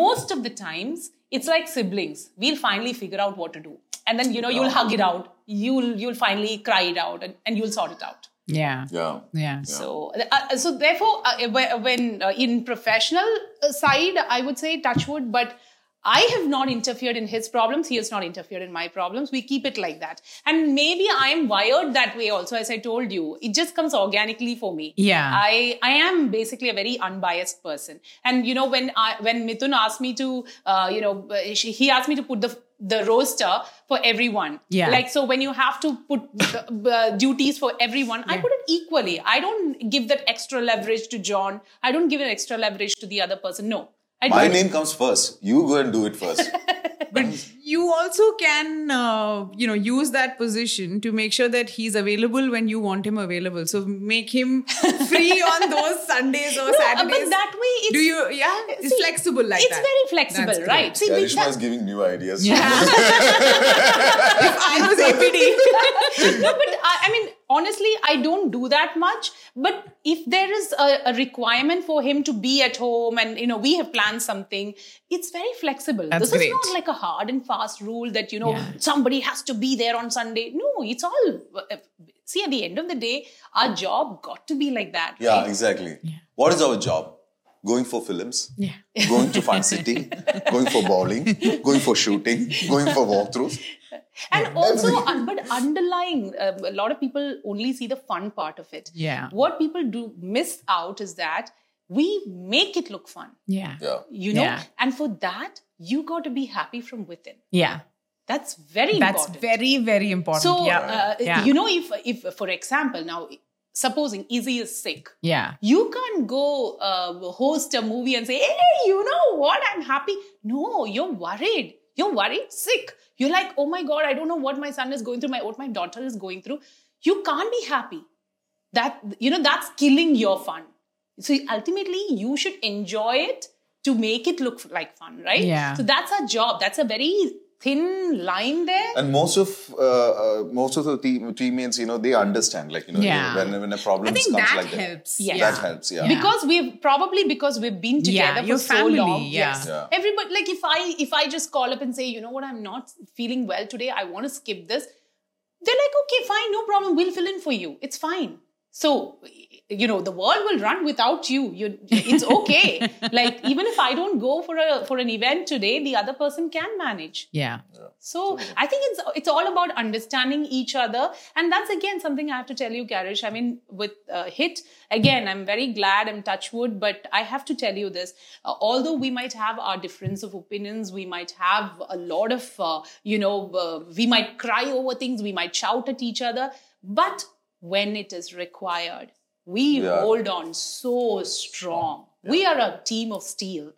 C: most of the times it's like siblings we'll finally figure out what to do and then you know you'll hug it out you'll you'll finally cry it out and, and you'll sort it out
A: yeah.
B: Yeah.
A: Yeah.
C: so, uh, so therefore, uh, wh- when uh, in professional uh, side, I would say touchwood, but I have not interfered in his problems. He has not interfered in my problems. We keep it like that, and maybe I am wired that way. Also, as I told you, it just comes organically for me.
A: Yeah.
C: I I am basically a very unbiased person, and you know when I when Mithun asked me to, uh, you know, uh, she, he asked me to put the the roster for everyone.
A: Yeah.
C: Like so, when you have to put uh, uh, duties for everyone, I put it equally. I don't give that extra leverage to John. I don't give an extra leverage to the other person. No, I
B: My
C: don't.
B: name comes first. You go and do it first.
A: But you also can, uh, you know, use that position to make sure that he's available when you want him available. So make him free on those Sundays or
C: No, uh,
A: Saturdays.
C: but that way it's
A: do you? Yeah, it's
C: See,
A: flexible like
C: it's
A: that.
C: very flexible,
A: That's
C: right? See, we-
B: Karishma is giving new ideas.
A: If I was APD,
C: no, but I, I mean, honestly, I don't do that much. But if there is a, a requirement for him to be at home and, you know, we have planned something, it's very flexible.
A: That's
C: this
A: great.
C: is not like a hard and fast rule that, you know,
A: Yeah.
C: somebody has to be there on Sunday. No, it's all. See, at the end of the day, our job got to be like that.
B: Yeah, exactly. What is our job? Going for films,
A: yeah,
B: going to fun city, going for bowling, going for shooting, going for walkthroughs.
C: And also, un- but underlying, uh, a lot of people only see the fun part of it.
A: Yeah.
C: What people do miss out is that we make it look fun.
A: yeah,
B: Yeah.
C: you know
A: Yeah.
C: and for that you got to be happy from within
A: yeah.
C: that's very
A: That's
C: important
A: very, very important.
C: so
A: yeah,
C: uh,
A: Yeah.
C: you know if if for example now supposing izzy is sick
A: yeah,
C: you can't go uh, host a movie and say hey you know what i'm happy no you're worried you're worried sick you're like oh my god i don't know what my son is going through my what my daughter is going through you can't be happy that you know that's killing your fun so ultimately you should enjoy it to make it look like fun right
A: Yeah.
C: so that's our job that's a very thin line there
B: And most of uh, uh, most of the team, teammates, you know, they understand. Like you know,
A: Yeah.
B: when when a problem
A: I
B: comes
A: think that
B: like
A: helps.
C: Yes.
A: Yeah.
B: that, that helps. Yeah.
C: because we've probably because we've been
A: Yeah,
C: together
A: your
C: for
A: family,
C: so long
A: yeah.
C: yes
B: Yeah.
C: everybody like if i if i just call up and say you know what i'm not feeling well today i want to skip this they're like, okay, fine, no problem. We'll fill in for you. It's fine. So, you know, the world will run without you. You, it's okay. like even if I don't go for a for an event today, the other person can manage.
A: Yeah.
C: So I think it's it's all about understanding each other, and that's again something I have to tell you, Garish. I mean, with uh, Hit again, I'm very glad I'm touchwood, but I have to tell you this. Uh, although we might have our difference of opinions, we might have a lot of uh, you know, uh, we might cry over things, we might shout at each other, but when it is required, we
D: Yeah.
C: hold on so strong.
A: Oh,
C: We are a team of steel.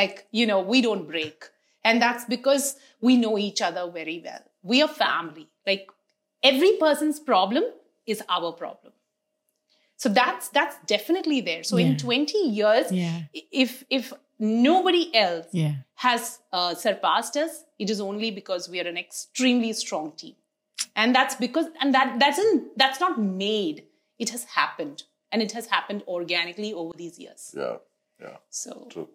C: Like, you know, we don't break. And that's because we know each other very well. We are family. Like every person's problem is our problem. So that's that's definitely there. So in
A: Yeah.
C: 20 years,
A: Yeah.
C: i- if if nobody else
A: Yeah.
C: has uh, surpassed us, it is only because we are an extremely strong team. And that's because, and that that's, in, that's not made, it has happened. And it has happened organically over these years.
B: Yeah, yeah,
C: So,
B: true.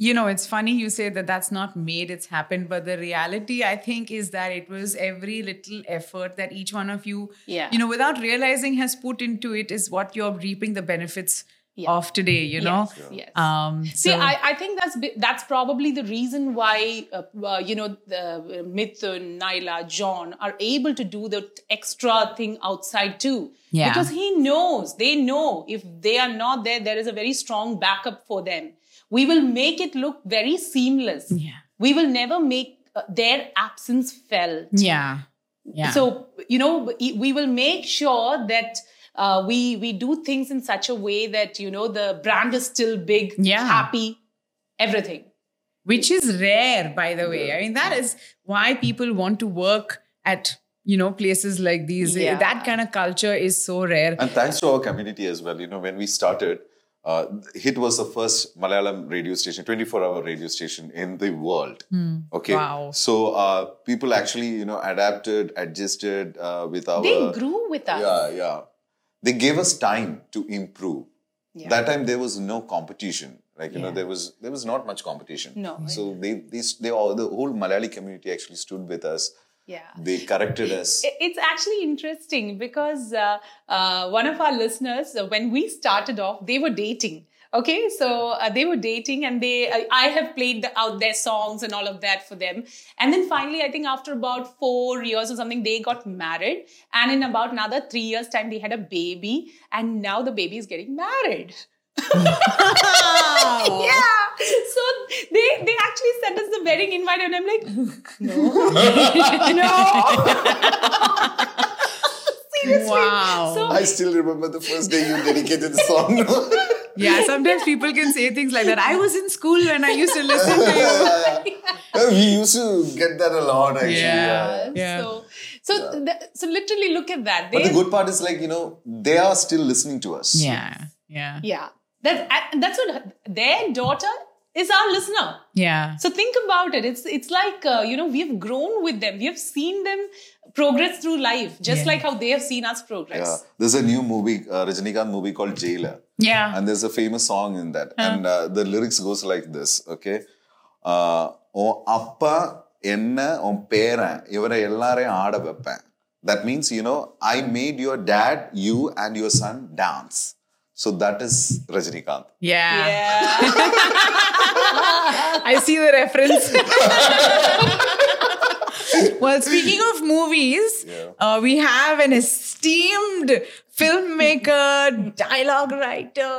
A: You know, it's funny you say that that's not made, it's happened. But the reality, I think, is that it was every little effort that each one of you,
C: Yeah.
A: you know, without realizing has put into it is what you're reaping the benefits
C: Yeah.
A: of today, you know?
C: yes, yes.
A: Um,
C: See,
A: so-
C: I, I think that's bi- that's probably the reason why uh, uh, you know the uh, Mithun, Naila, John are able to do the t- extra thing outside too.
A: Yeah.
C: Because he knows, they know if they are not there, there is a very strong backup for them. We will make it look very seamless.
A: Yeah.
C: We will never make uh, their absence felt.
A: yeah. Yeah.
C: So you know, we we will make sure that uh, we we do things in such a way that you know the brand is still big,
A: Yeah.
C: happy, everything.
A: which is rare by the way i mean that is why people want to work at you know places like these
C: Yeah.
A: that kind of culture is so rare
B: And thanks to our community as well. You know, when we started, uh, Hit was the first Malayalam radio station, 24 hour radio station in the world. Okay.
A: Wow.
B: So uh, people actually, you know, adapted, adjusted uh, with our.
C: They grew with us.
B: Yeah, yeah. They gave us time to improve.
C: Yeah.
B: That time there was no competition. Like you know,
A: Yeah.
B: there was there was not much competition.
C: No.
B: So they they, they all the whole Malayali community actually stood with us.
C: Yeah.
B: They corrected us.
C: I- It's actually interesting because uh, uh, one of our listeners, uh, when we started off, they were dating. Okay, so uh, they were dating, and they I, I have played the, out their songs and all of that for them. And then finally, I think after about four years or something, they got married. And in about another three years' time, they had a baby, and now the baby is getting married. yeah. So they they actually sent us the wedding invite, and I'm like, seriously.
A: wow
C: So
B: I still remember the first day you dedicated the song.
A: yeah sometimes people can say things like that i was in school when i used to listen to you
B: we used to get that a lot actually.
A: Yeah. Yeah.
C: So, so, th- so literally look at that.
B: But
C: They-
B: the good part is like you know they are still listening to us.
A: yeah yeah
C: yeah, that and that's what her- their daughter is our listener.
A: yeah
C: So think about it. It's it's like uh, you know we have grown with them. We have seen them progress through life, just
A: Yeah.
C: like how they have seen us progress.
B: Yeah. There's a new movie, uh, Rajinikanth movie called Jailer.
A: yeah
B: and there's a famous song in that
A: Uh-huh.
B: and uh, the lyrics goes like this okay uh, உன் அப்பா என்ன உன் பேரன் இவரை எல்லாரையும் ஆட வைப்பேன் that means you know i made your dad you and your son dance so that is rajinikanth
A: yeah,
C: Yeah.
A: i see the reference Well, speaking of movies, uh, we have an esteemed filmmaker, dialogue writer,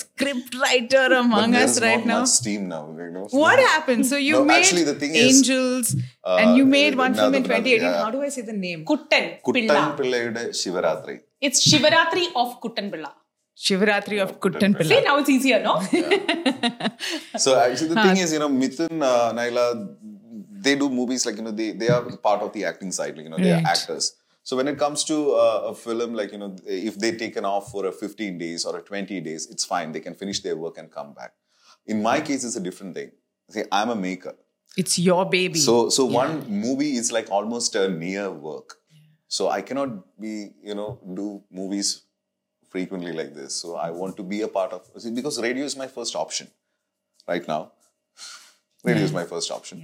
A: script writer among
B: There
A: us
B: is
A: right
B: not
A: now.
B: much steam now you know.
A: What happened? So you
B: No,
A: made
B: actually, the thing is, uh,
A: Angels, and you made one film in
B: another-
A: 2018.
B: yeah.
A: How do I say the name?
C: Kuttan
B: Kuttan
C: Pilla.
B: പിള്ളയുടെ Shivaratri
C: It's Shivaratri of Kuttan Pilla.
A: Shivaratri of Kuttan Pilla.
C: See, now it's easier, no?
B: So actually, the thing is, you know, Mithun, uh, Naila, they do movies like you know they they are part of the acting side, like you know they are
A: Right.
B: actors. So when it comes to uh, a film, like you know, if they take an off for a 15 days or a 20 days, it's fine. They can finish their work and come back. In my case, it's a different thing. See, I'm a maker,
A: It's your baby.
B: so so one movie is like almost a near work. So I cannot be you know do movies frequently like this. So I want to be a part of see, because radio is my first option right now. radio is my first option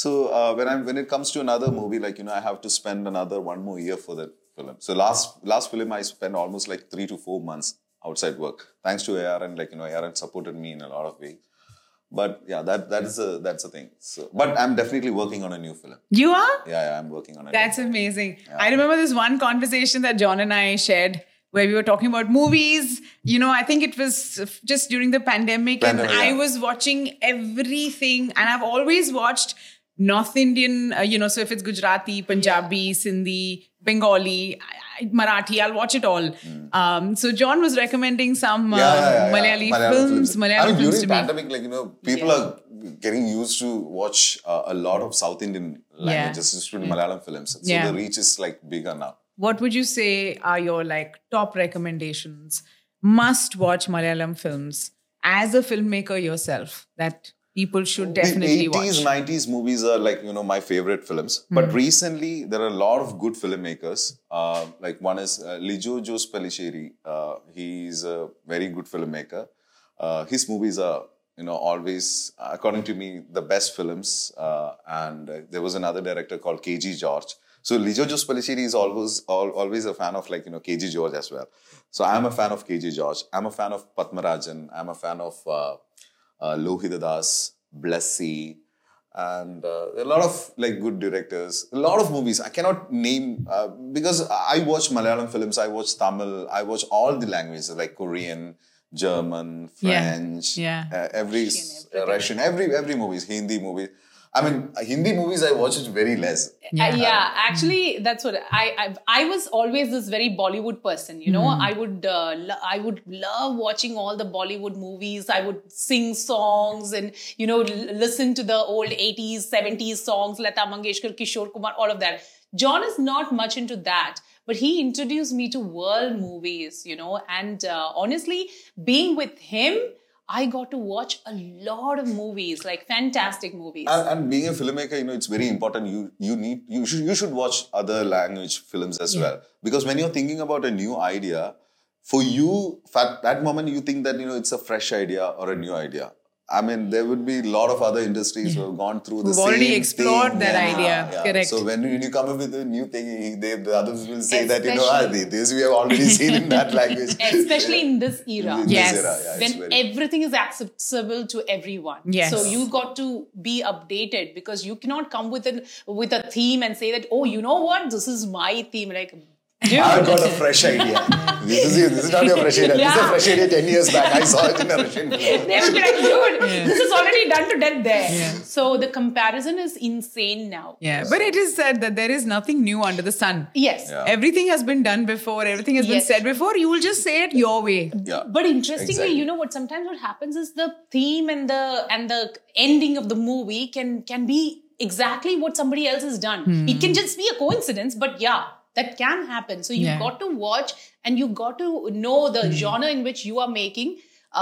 B: so uh, when i'm when it comes to another movie like you know i have to spend another one more year for that film so last last film i spent almost like three to four months outside work thanks to aaron like you know aaron supported me in a lot of ways but yeah that that is a that's a thing so but i'm definitely working on a new film
A: You are?
B: yeah, yeah i'm working on a new
A: That's amazing. I remember this one conversation that John and I shared where we were talking about movies. You know, I think it was f- just during the pandemic,
B: Pandemic,
A: and I
B: yeah.
A: was watching everything, and I've always watched North Indian, uh, you know, so if it's Gujarati, Punjabi, Sindhi, Bengali, I, I, Marathi, I'll watch it all. Um, so John was recommending some uh,
B: Hmm. Yeah, yeah, yeah, yeah.
A: Malayali, films, Malayali
B: I mean,
A: films to
B: during
A: me.
B: pandemic, like you know, people are getting used to watch uh, a lot of South Indian languages, including Malayalam films. So
A: Yeah.
B: the reach is like bigger now.
A: what would you say are your like top recommendations must watch malayalam films as a filmmaker yourself that people should definitely
B: the 80s,
A: watch
B: 90s movies are like you know my favorite films. But recently, there are a lot of good filmmakers. Uh, like one is uh, Lijo Jose Pellicheri. Uh, he's a very good filmmaker. Uh, his movies are you know always, uh, according to me, the best films. Uh, and uh, there was another director called KG George. So Lijo Jose Pellicheri is always al- always a fan of like you know KG George as well. So I'm a fan of KG George. I'm a fan of Patmarajan. I'm a fan of uh, uh, Lohita Das, Blessy, and uh, a lot of like good directors. A lot of movies I cannot name uh, because I watch Malayalam films, I watch Tamil, I watch all the languages like Korean, German, French,
A: yeah.
B: uh, every s- uh, Russian, every every movies, Hindi movies. I mean, uh, Hindi movies I watch it very less.
C: yeah, Uh, yeah actually that's what I, I i was always this very bollywood person you know i would uh, lo- i would love watching all the bollywood movies i would sing songs and you know l- listen to the old 80s 70s songs lata mangeshkar kishore kumar all of that john is not much into that but he introduced me to world movies you know and uh, honestly being with him i got to watch a lot of movies like fantastic movies
B: And, and being a filmmaker, you know, it's very important. You you need you should you should watch other language films as well because when you're thinking about a new idea, for you at that moment you think that you know it's a fresh idea or a new idea. I mean, there would be a lot of other industries who have gone through the
A: Who've already
B: same
A: explored
B: thing.
A: that
B: Yeah,
A: idea.
B: yeah.
A: Correct.
B: So when you come up with a new thing, they, the others will say that you know ah,
C: Especially-
B: this we have already seen in that language.
C: especially in this era
B: In this
A: Yes.
B: era, yeah, it's
C: when
B: very-
C: everything is accessible to everyone.
A: Yes.
C: So you got to be updated because you cannot come with an with a theme and say that, oh, you know what, this is my theme. Like, dude,
B: I've got a fresh idea. this, is, this is not your fresh idea. This is a
C: Yeah.
B: fresh idea 10 years back. I saw it in a Russian film.
C: they would be like, dude, this is already done to death there. So the comparison is insane now.
A: yeah but it is said that there is nothing new under the sun
C: Yes.
B: Yeah.
A: everything has been done before everything has been
C: Yes.
A: said before you will just say it your way
B: Yeah.
C: But interestingly,
B: Exactly.
C: you know what? Sometimes what happens is the theme and the and the ending of the movie can can be exactly what somebody else has done. It can just be a coincidence, but yeah, that can happen. So you
A: Hmm. Yeah. Hmm.
C: have got to watch and you got to know the genre in which you are making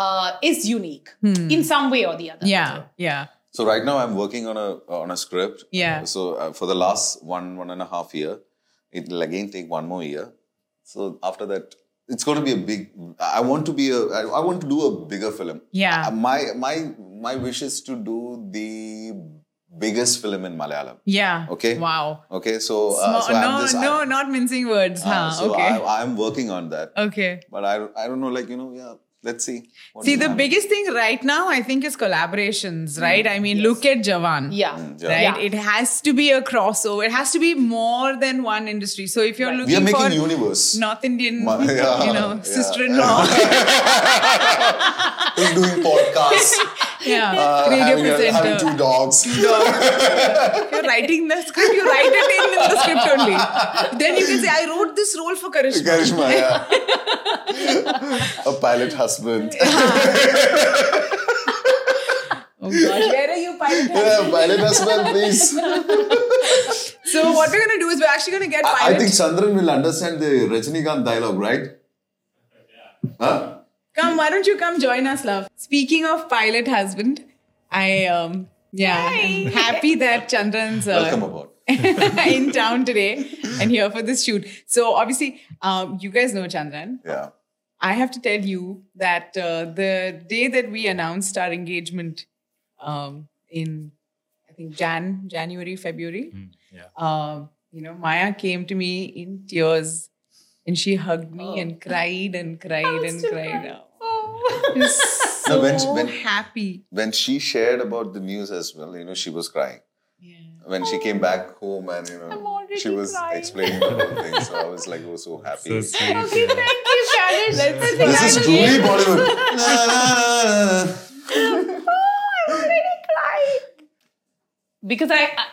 C: uh, is unique in some way or the other.
A: Hmm. yeah yeah
B: So right now I'm working on a on a script.
A: Yeah.
B: So uh, for the last one one and a half year, it will again take one more year. So after that, it's going to be a big. I want to be a. I I want to do a bigger film.
A: Yeah.
B: Uh, my my my wish is to do the biggest film in Malayalam.
A: yeah
B: Okay.
A: wow
B: Okay. So,
A: Small-
B: uh, so
A: no
B: I'm just,
A: no
B: I,
A: not mincing words
B: uh,
A: huh
B: so
A: okay
B: I, I'm working on that.
A: okay
B: But I, I don't know, like, you know, yeah, let's see. what
A: See,
B: will
A: the
B: happen.
A: biggest thing right now, I think, is collaborations, right? I mean, look at Jawan.
C: Hmm. Yeah.
B: Hmm, yeah.
A: Right?
C: Yeah.
A: It has to be a crossover. It has to be more than one industry. So if you're
C: Right.
B: We are
A: looking
B: making
A: for
B: universe.
A: North Indian,
B: Ma- yeah,
A: you know,
B: yeah.
A: sister-in-law,
B: Who's doing podcasts,
A: yeah,
B: uh,
A: radio
B: having, a, having
A: presenter.
B: two dogs.
A: If you're writing the script, you write it in, in the script only. Then you can say, I wrote this role for Karishma.
B: Karishma, yeah. a pilot husband.
A: Oh gosh, where are you pilot?
B: yeah, pilot husband, please.
A: So what we're gonna do is we're actually gonna get
B: I, I
A: pilot.
B: think Chandran will understand the Rajinikanth dialogue, right? Huh?
A: Come, why don't you come join us, love? Speaking of pilot husband, I um yeah, I'm happy that Chandran's
B: Welcome
A: uh,
B: aboard.
A: in town today and here for this shoot. So obviously, um, you guys know Chandran.
B: Yeah.
A: I have to tell you that uh, the day that we announced our engagement, um, in I think Jan, January, February.
E: Mm, yeah.
A: Um, you know, Maya came to me in tears and she hugged me and cried and cried and cried.
C: Oh.
A: I was so
F: No, when she- when-
A: happy.
F: When she shared about the news as well, you know, she was crying. When she came back home and, you
C: I'm
F: know,
C: already
F: she was
C: crying.
F: explaining the whole thing. So I was like, oh, so happy.
E: So
C: Okay,
E: sweet. yeah.
C: thank you, Shadish.
A: Let's-
C: I think
F: this is
C: I'm
F: truly
C: really-
F: Bollywood. Na, na, na, na.
C: Because I, I-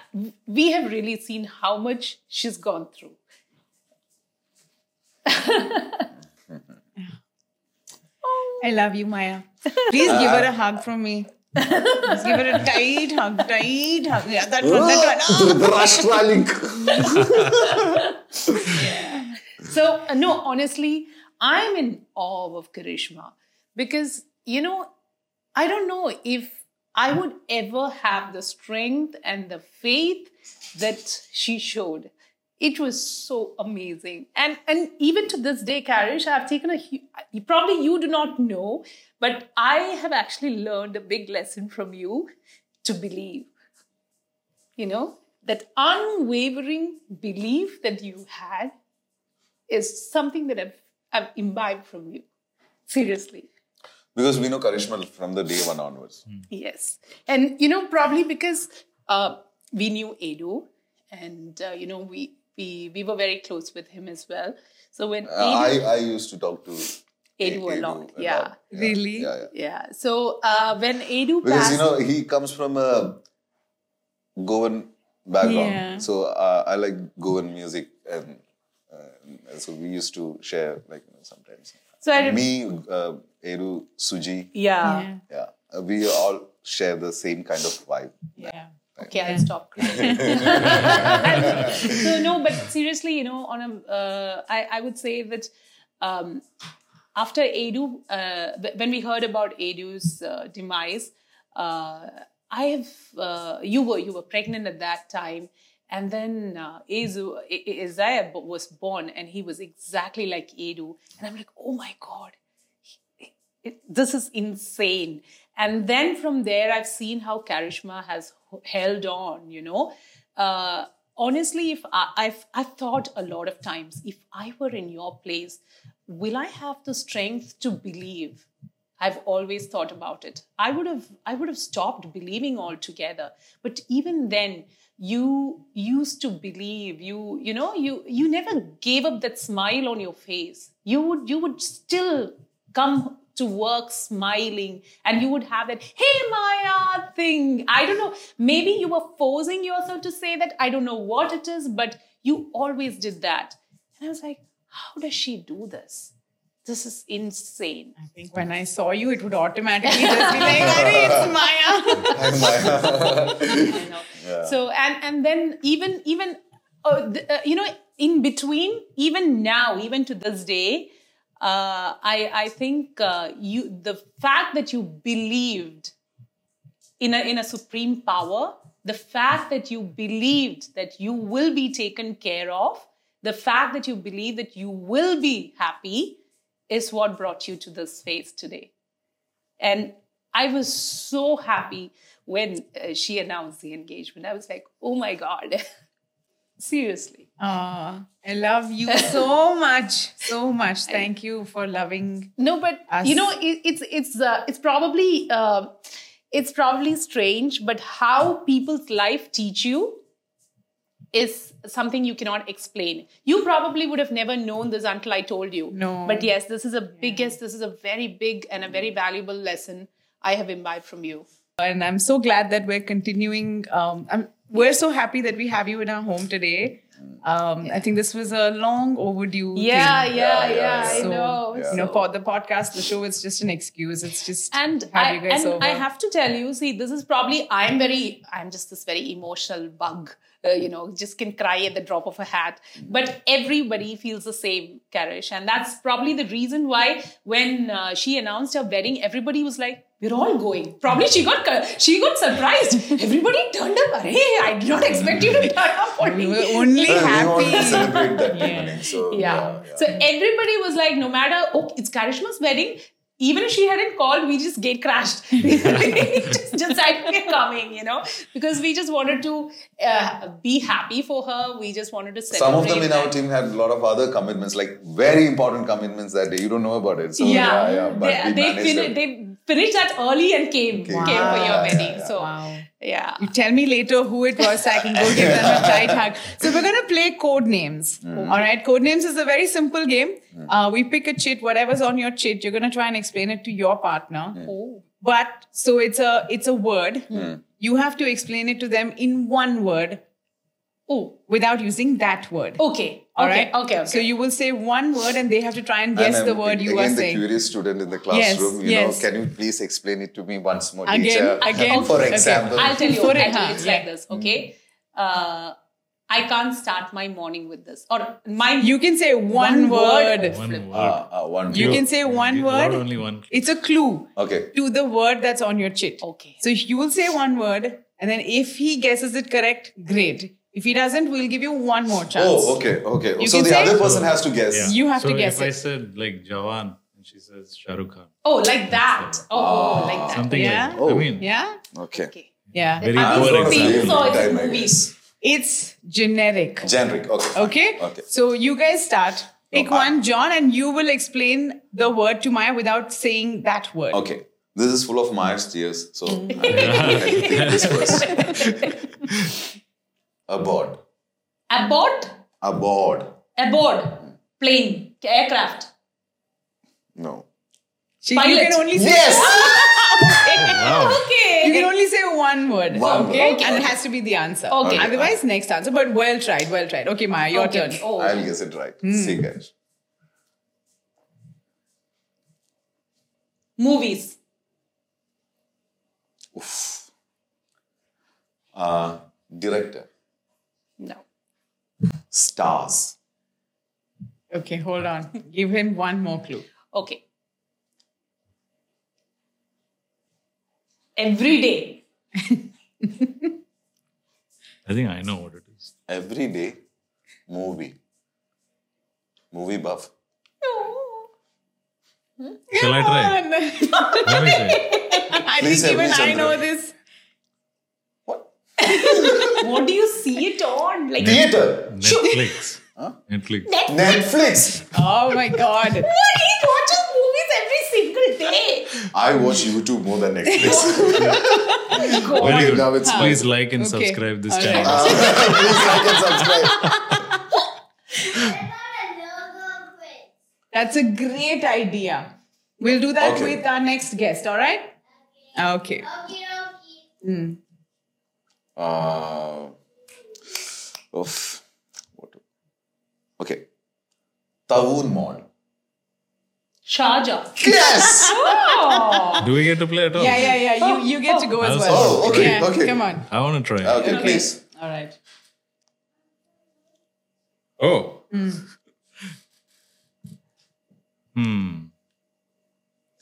C: we have really seen how much she's gone through.
A: I love you, Maya. Please give her a hug from me. Just give her a tight hug, tight hug. Yeah, that one, that
B: Oh.
A: one. Ah!
C: So, uh, no, honestly, I'm in awe of Karishma because, you know, I don't know if I would ever have the strength and the faith that she showed. It was so amazing. And, and even to this day, Karish, I've taken a, hu- probably you do not know, but I have actually learned a big lesson from you to believe you know, that unwavering belief that you had is something that I've, I've imbibed from you. Seriously.
F: Because we know Karishma from the day one onwards.
C: Hmm. Yes. And, you know, probably because uh, we knew Edu and, uh, you know, we, we, we were very close with him as well. So when
F: Uh, I,
C: Edu,
F: I used to talk to
C: Edu, a
F: Edu
C: lot, yeah.
A: Really?
F: Yeah, yeah.
C: Yeah. So uh, when Edu
F: Because
C: passed,
F: you know he comes from a Goan background,
A: Yeah.
F: so uh, I like Goan music, and uh, so we used to share like you know, sometimes.
C: so I, rem-
F: Me, uh, Eru, Suji,
C: yeah.
A: Yeah.
F: yeah, uh, we all share the same kind of vibe.
C: Yeah. Okay, I'll stop crying. so no, but seriously, you know, on a, uh, I, I would say that um, after Edu, uh, wh- when we heard about Edu's uh, demise, uh, I have uh, you were you were pregnant at that time, and then uh, Ezu, I- I- Isaiah b- was born, and he was exactly like Edu, and I'm like, oh my god, it- this is insane. And then from there, I've seen how Karishma has h- held on, you know. Uh, honestly, if I, I've, I've thought a lot of times, if I were in your place, will I have the strength to believe? I've always thought about it. I would have I would have stopped believing altogether. But even then, you used to believe. You you know you you never gave up that smile on your face. You would you would still come to work smiling and you would have that hey maya thing i don't know maybe you were forcing yourself to say that i don't know what it is but you always did that and i was like how does she do this this is insane
A: I think when I saw you, it would automatically just be like, Arey, it's Maya.
C: you know. So and and then even even uh, th- uh, you know in between even now even to this day uh, I I think uh, you the fact that you believed in a in a supreme power the fact that you believed that you will be taken care of the fact that you believe that you will be happy is what brought you to this phase today and I was so happy when uh, she announced the engagement. I was like, oh my God. Seriously.
A: Aw, I love you so much, so much. Thank you for loving.
C: No, but
A: Us.
C: you know, it, it's it's uh, it's probably uh, it's probably strange, but how people's life teach you is something you cannot explain. You probably would have never known this until I told you.
A: No.
C: But yes, this is a biggest, this is a very big and a very valuable lesson I have imbibed from you.
A: And I'm so glad that we're continuing. Um, I'm, we're so happy that we have you in our home today. Um, I think this was a long overdue.
C: Yeah,
A: thing.
C: yeah, yeah. I
A: So,
C: know.
A: You know, for the podcast, the show is just an excuse. It's just
C: and
A: to have
C: I,
A: you guys
C: and
A: over.
C: I have to tell you, see, this is probably I'm very I'm just this very emotional bug, uh, you know, just can cry at the drop of a hat. But everybody feels the same, Karish, and that's probably the reason why when uh, she announced her wedding, everybody was like. We're all going. Probably she got she got surprised. Everybody turned up. Hey, I did not expect you to turn up for
A: we
C: me.
A: were only
F: we wanted to
A: happy.
F: celebrate that evening. So
C: Yeah. So everybody was like, no matter, oh, it's Karishma's wedding. Even if she hadn't called, we just gate crashed. We just decided we're coming, you know, because we just wanted to uh, be happy for her. We just wanted to celebrate.
B: Some of them in
C: that.
B: our team had a lot of other commitments, like very important commitments that day. You don't know about it. So,
C: yeah,
B: yeah, But we
C: they, they,
B: managed
C: fin-
B: it.
C: they finished that early and came
B: Came.
C: came for your
B: Wow.
C: wedding.
B: Yeah, yeah,
C: So yeah.
A: You tell me later who it was so I can go give them a tight hug. So we're going to play code names. All right. Code names is a very simple game. Uh, we pick a chit, whatever's on your chit, you're going to try and explain it to your partner.
C: Oh.
A: But so it's a it's a word. You have to explain it to them in one word
C: Oh.
A: without using that word.
C: Okay.
A: All
C: Oh, okay.
A: right.
C: Okay. Okay.
A: So you will say one word and they have to try and
B: And
A: guess the
B: I'm
A: word you
B: again,
A: are
B: the
A: saying.
B: curious student in the classroom, you
A: yes.
B: know, can you please explain it to me once more,
A: Again,
B: teacher?
A: again.
B: For
A: Okay.
B: example,
C: I'll tell you.
A: For
C: I'll
A: it,
C: tell
A: huh? Mm.
C: you it's like this. Okay. Uh, I can't start my morning with this. Or my
A: You can say one,
C: One word.
A: word.
E: One
C: Flip.
E: word.
B: uh, uh, one
A: You
B: view.
A: can say one
E: You
A: word.
E: got Only one.
A: It's a clue.
B: Okay.
A: to the word that's on your chit.
C: Okay.
A: So you will say one word, and then if he guesses it correct, great. If he doesn't, we'll give you one more chance.
B: Oh, okay, okay.
A: You
B: so
A: can
B: the
A: say-
B: other person has to guess.
E: Yeah.
A: You have
E: so
A: to guess
E: if I
A: it.
E: said like Jawan and she says Shah Rukh Khan,
C: Oh, like that. Oh, oh, like that.
E: something
A: Yeah.
E: like.
B: Oh.
E: I mean,
A: Yeah?
B: Okay.
C: Okay.
A: Yeah.
E: very
C: Are
E: poor
B: gonna
C: these
B: say-
C: things or
E: example.
C: is it
B: Time, I
C: movies?
A: It's generic.
B: Generic. Okay. fine.
A: Okay?
B: Okay. Oh,
A: So you guys start. Pick
B: I-
A: one, John, and you will explain the word to Maya without saying that word.
B: Okay. This is full of Myers tears. So I'm
A: Mm.
B: gonna take this first. Aboard.
C: Abort?
B: Aboard.
C: Aboard. Plane. Aircraft.
B: No.
A: She, you can
C: Pilot.
A: only say
B: Yes.
E: Wow.
C: Okay.
A: you can only say one word.
B: One
A: okay?
B: word.
A: And it has to be the answer.
C: Okay.
A: Otherwise, next answer. But well tried, well tried. Okay, Maya, your
C: Okay.
A: turn.
C: Oh.
B: I'll guess it right.
A: Hmm.
B: Cigarette.
C: Movies.
B: Uh, director.
C: No.
B: Stars.
A: Okay, hold on. Give him one more clue.
C: Okay. Every day.
E: I think I know what it is.
B: Everyday movie. Movie buff.
E: Shall I try? Let me say.
A: I
B: Please
A: think even
B: help me,
A: I
B: Chandra.
A: know this.
B: What?
C: what do you see it on? Like
B: Theater.
E: Netflix. Netflix.
B: Netflix.
A: Oh my god.
C: What? He watches movies every single day.
B: I watch YouTube more than Netflix.
E: Very good.
B: Now it's
E: Please like and
A: Okay.
E: subscribe this
A: All right.
E: channel.
B: Please like and subscribe.
A: That's a great idea. We'll do that
B: Okay.
A: with our next guest, all right? Okay.
B: Uh, oof. What? Okay. Tawoon Mall.
C: Sharjah.
B: Yes! Uh,
C: Oh.
E: Do we get to play at all?
A: Yeah, yeah, yeah. You you get to go as
E: Oh,
A: well.
B: oh, okay,
A: Yeah,
B: okay.
A: Come on.
E: I want to try.
B: Okay, please.
A: All right.
E: Oh. Hmm.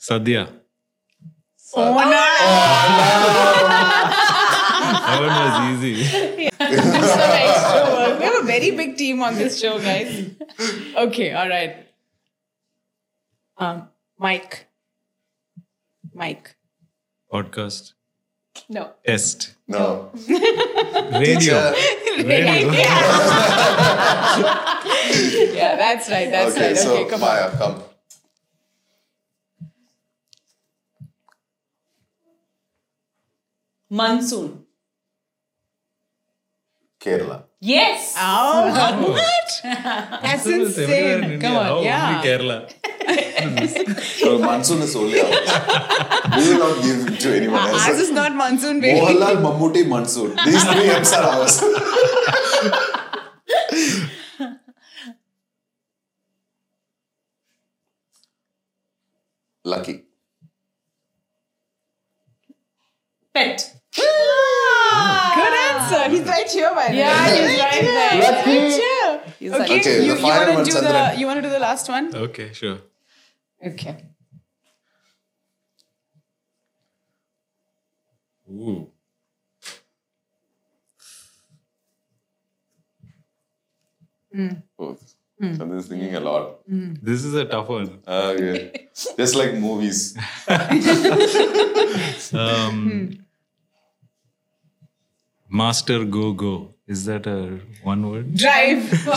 E: Sadhya.
A: Oh, no.
E: That one was easy.
A: Some extra work. We have a very big team on this show, guys. Okay, all right. Um, Mike. Mike.
E: Podcast.
C: No.
E: Test.
B: No.
E: Radio. Radio.
A: Yeah, that's right. That's
B: Okay,
A: right.
B: so
A: okay, come on.
B: Maya, come.
C: Monsoon.
B: Kerala.
C: Yes.
A: Oh, what? That's
E: It was everywhere in
A: insane.
E: India.
A: Come on,
E: How only
A: yeah.
E: oh, Kerala.
B: So monsoon is only ours. We will not give it to anyone else.
A: Ours is not monsoon baby.
B: Mohanlal, Mammootty, Monsoon. These three M's are ours. Lucky.
C: Pet.
A: Good answer. He's right here, by the
C: Yeah,
A: way.
C: he's right there.
A: Lucky. Right here. Okay,
B: Okay, the
A: you, you
B: final
A: want
B: one,
A: to do the
B: Chandran.
A: you want to do the last one?
E: Okay, sure.
A: Okay.
E: Ooh.
B: Oh,
A: Hmm.
B: Chandran is thinking a lot.
E: This is a tough one.
B: Okay. Just like movies.
A: Hmm.
E: Um, Master Go Go. Is that a one word?
A: Drive.
B: You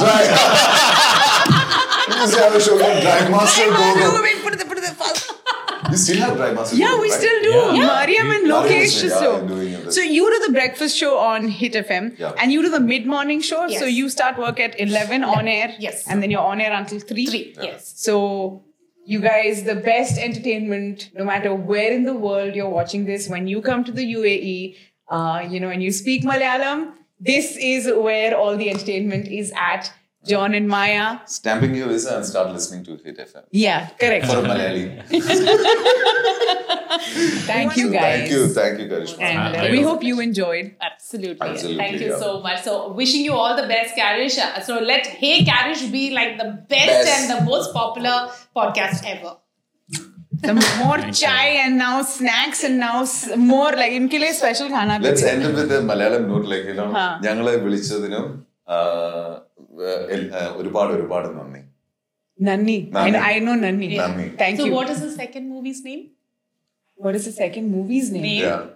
B: see, I was showing you Drive Master
A: No,
B: Go
A: wait, put the, put the first.
B: Go. You still have Drive Master
A: Yeah,
B: Go
A: we
B: right?
A: still do. Mariam and
B: Mariam
A: Lokesh.
B: is- yeah,
A: so.
B: doing it.
A: so you do the breakfast show on Hit FM
B: Yeah.
A: and you do the mid morning show.
C: Yes.
A: So you start work at 11 on air.
C: Yes.
A: And then you're on air until 3.
C: Three. Yes.
A: So you guys, the best entertainment, no matter where in the world you're watching this, when you come to the UAE, uh, you know, and you speak Malayalam, this is where all the entertainment is at. John and Maya.
B: Stamping your visa and start listening to Hit FM.
A: Yeah, correct.
B: For a Malayali.
A: Thank you guys.
B: Thank you, thank you, Karishma.
A: And
E: I-
A: uh,
E: I
A: we
E: also-
A: hope you enjoyed.
C: Absolutely.
B: Absolutely,
C: Thank you
B: yeah.
C: so much. So, wishing you all the best, Karish. Uh, So, let Hey Karish be like the best,
B: Best.
C: and the most popular podcast ever.
A: Some more chai and now snacks and now s- more like inke liye special khana bhi
B: Let's
A: de-
B: end it with a Malayalam note, like, you know,
A: ഹാ.
B: ഞങ്ങളെ വിളിച്ചതിനും ആ, ഏഹ്, L- ഏഹ്, ഒരുപാട് ഒരുപാട് നന്ദി
A: Nanni. I,
B: Nanni.
A: I know Nanni.
B: Nanni.
A: Thank
C: so,
A: you.
C: what is the second movie's name?
A: what is the second movie's name?
C: Name?
B: Yeah.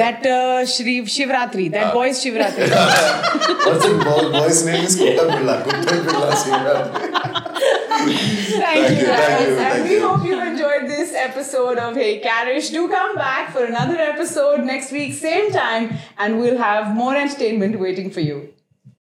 A: That uh, Shri Shivratri.
B: Uh,
A: That boy's Shivratri.
B: What's the boy- boy's name is Kuttapilla. Kuttapilla Sivarajan.
A: Thank,
B: Thank
A: you
B: you,
A: guys.
B: thank you,
A: and
B: thank
A: we
B: you.
A: hope you enjoyed this episode of Hey Karish. Do come back for another episode next week, same time, and we'll have more entertainment waiting for you.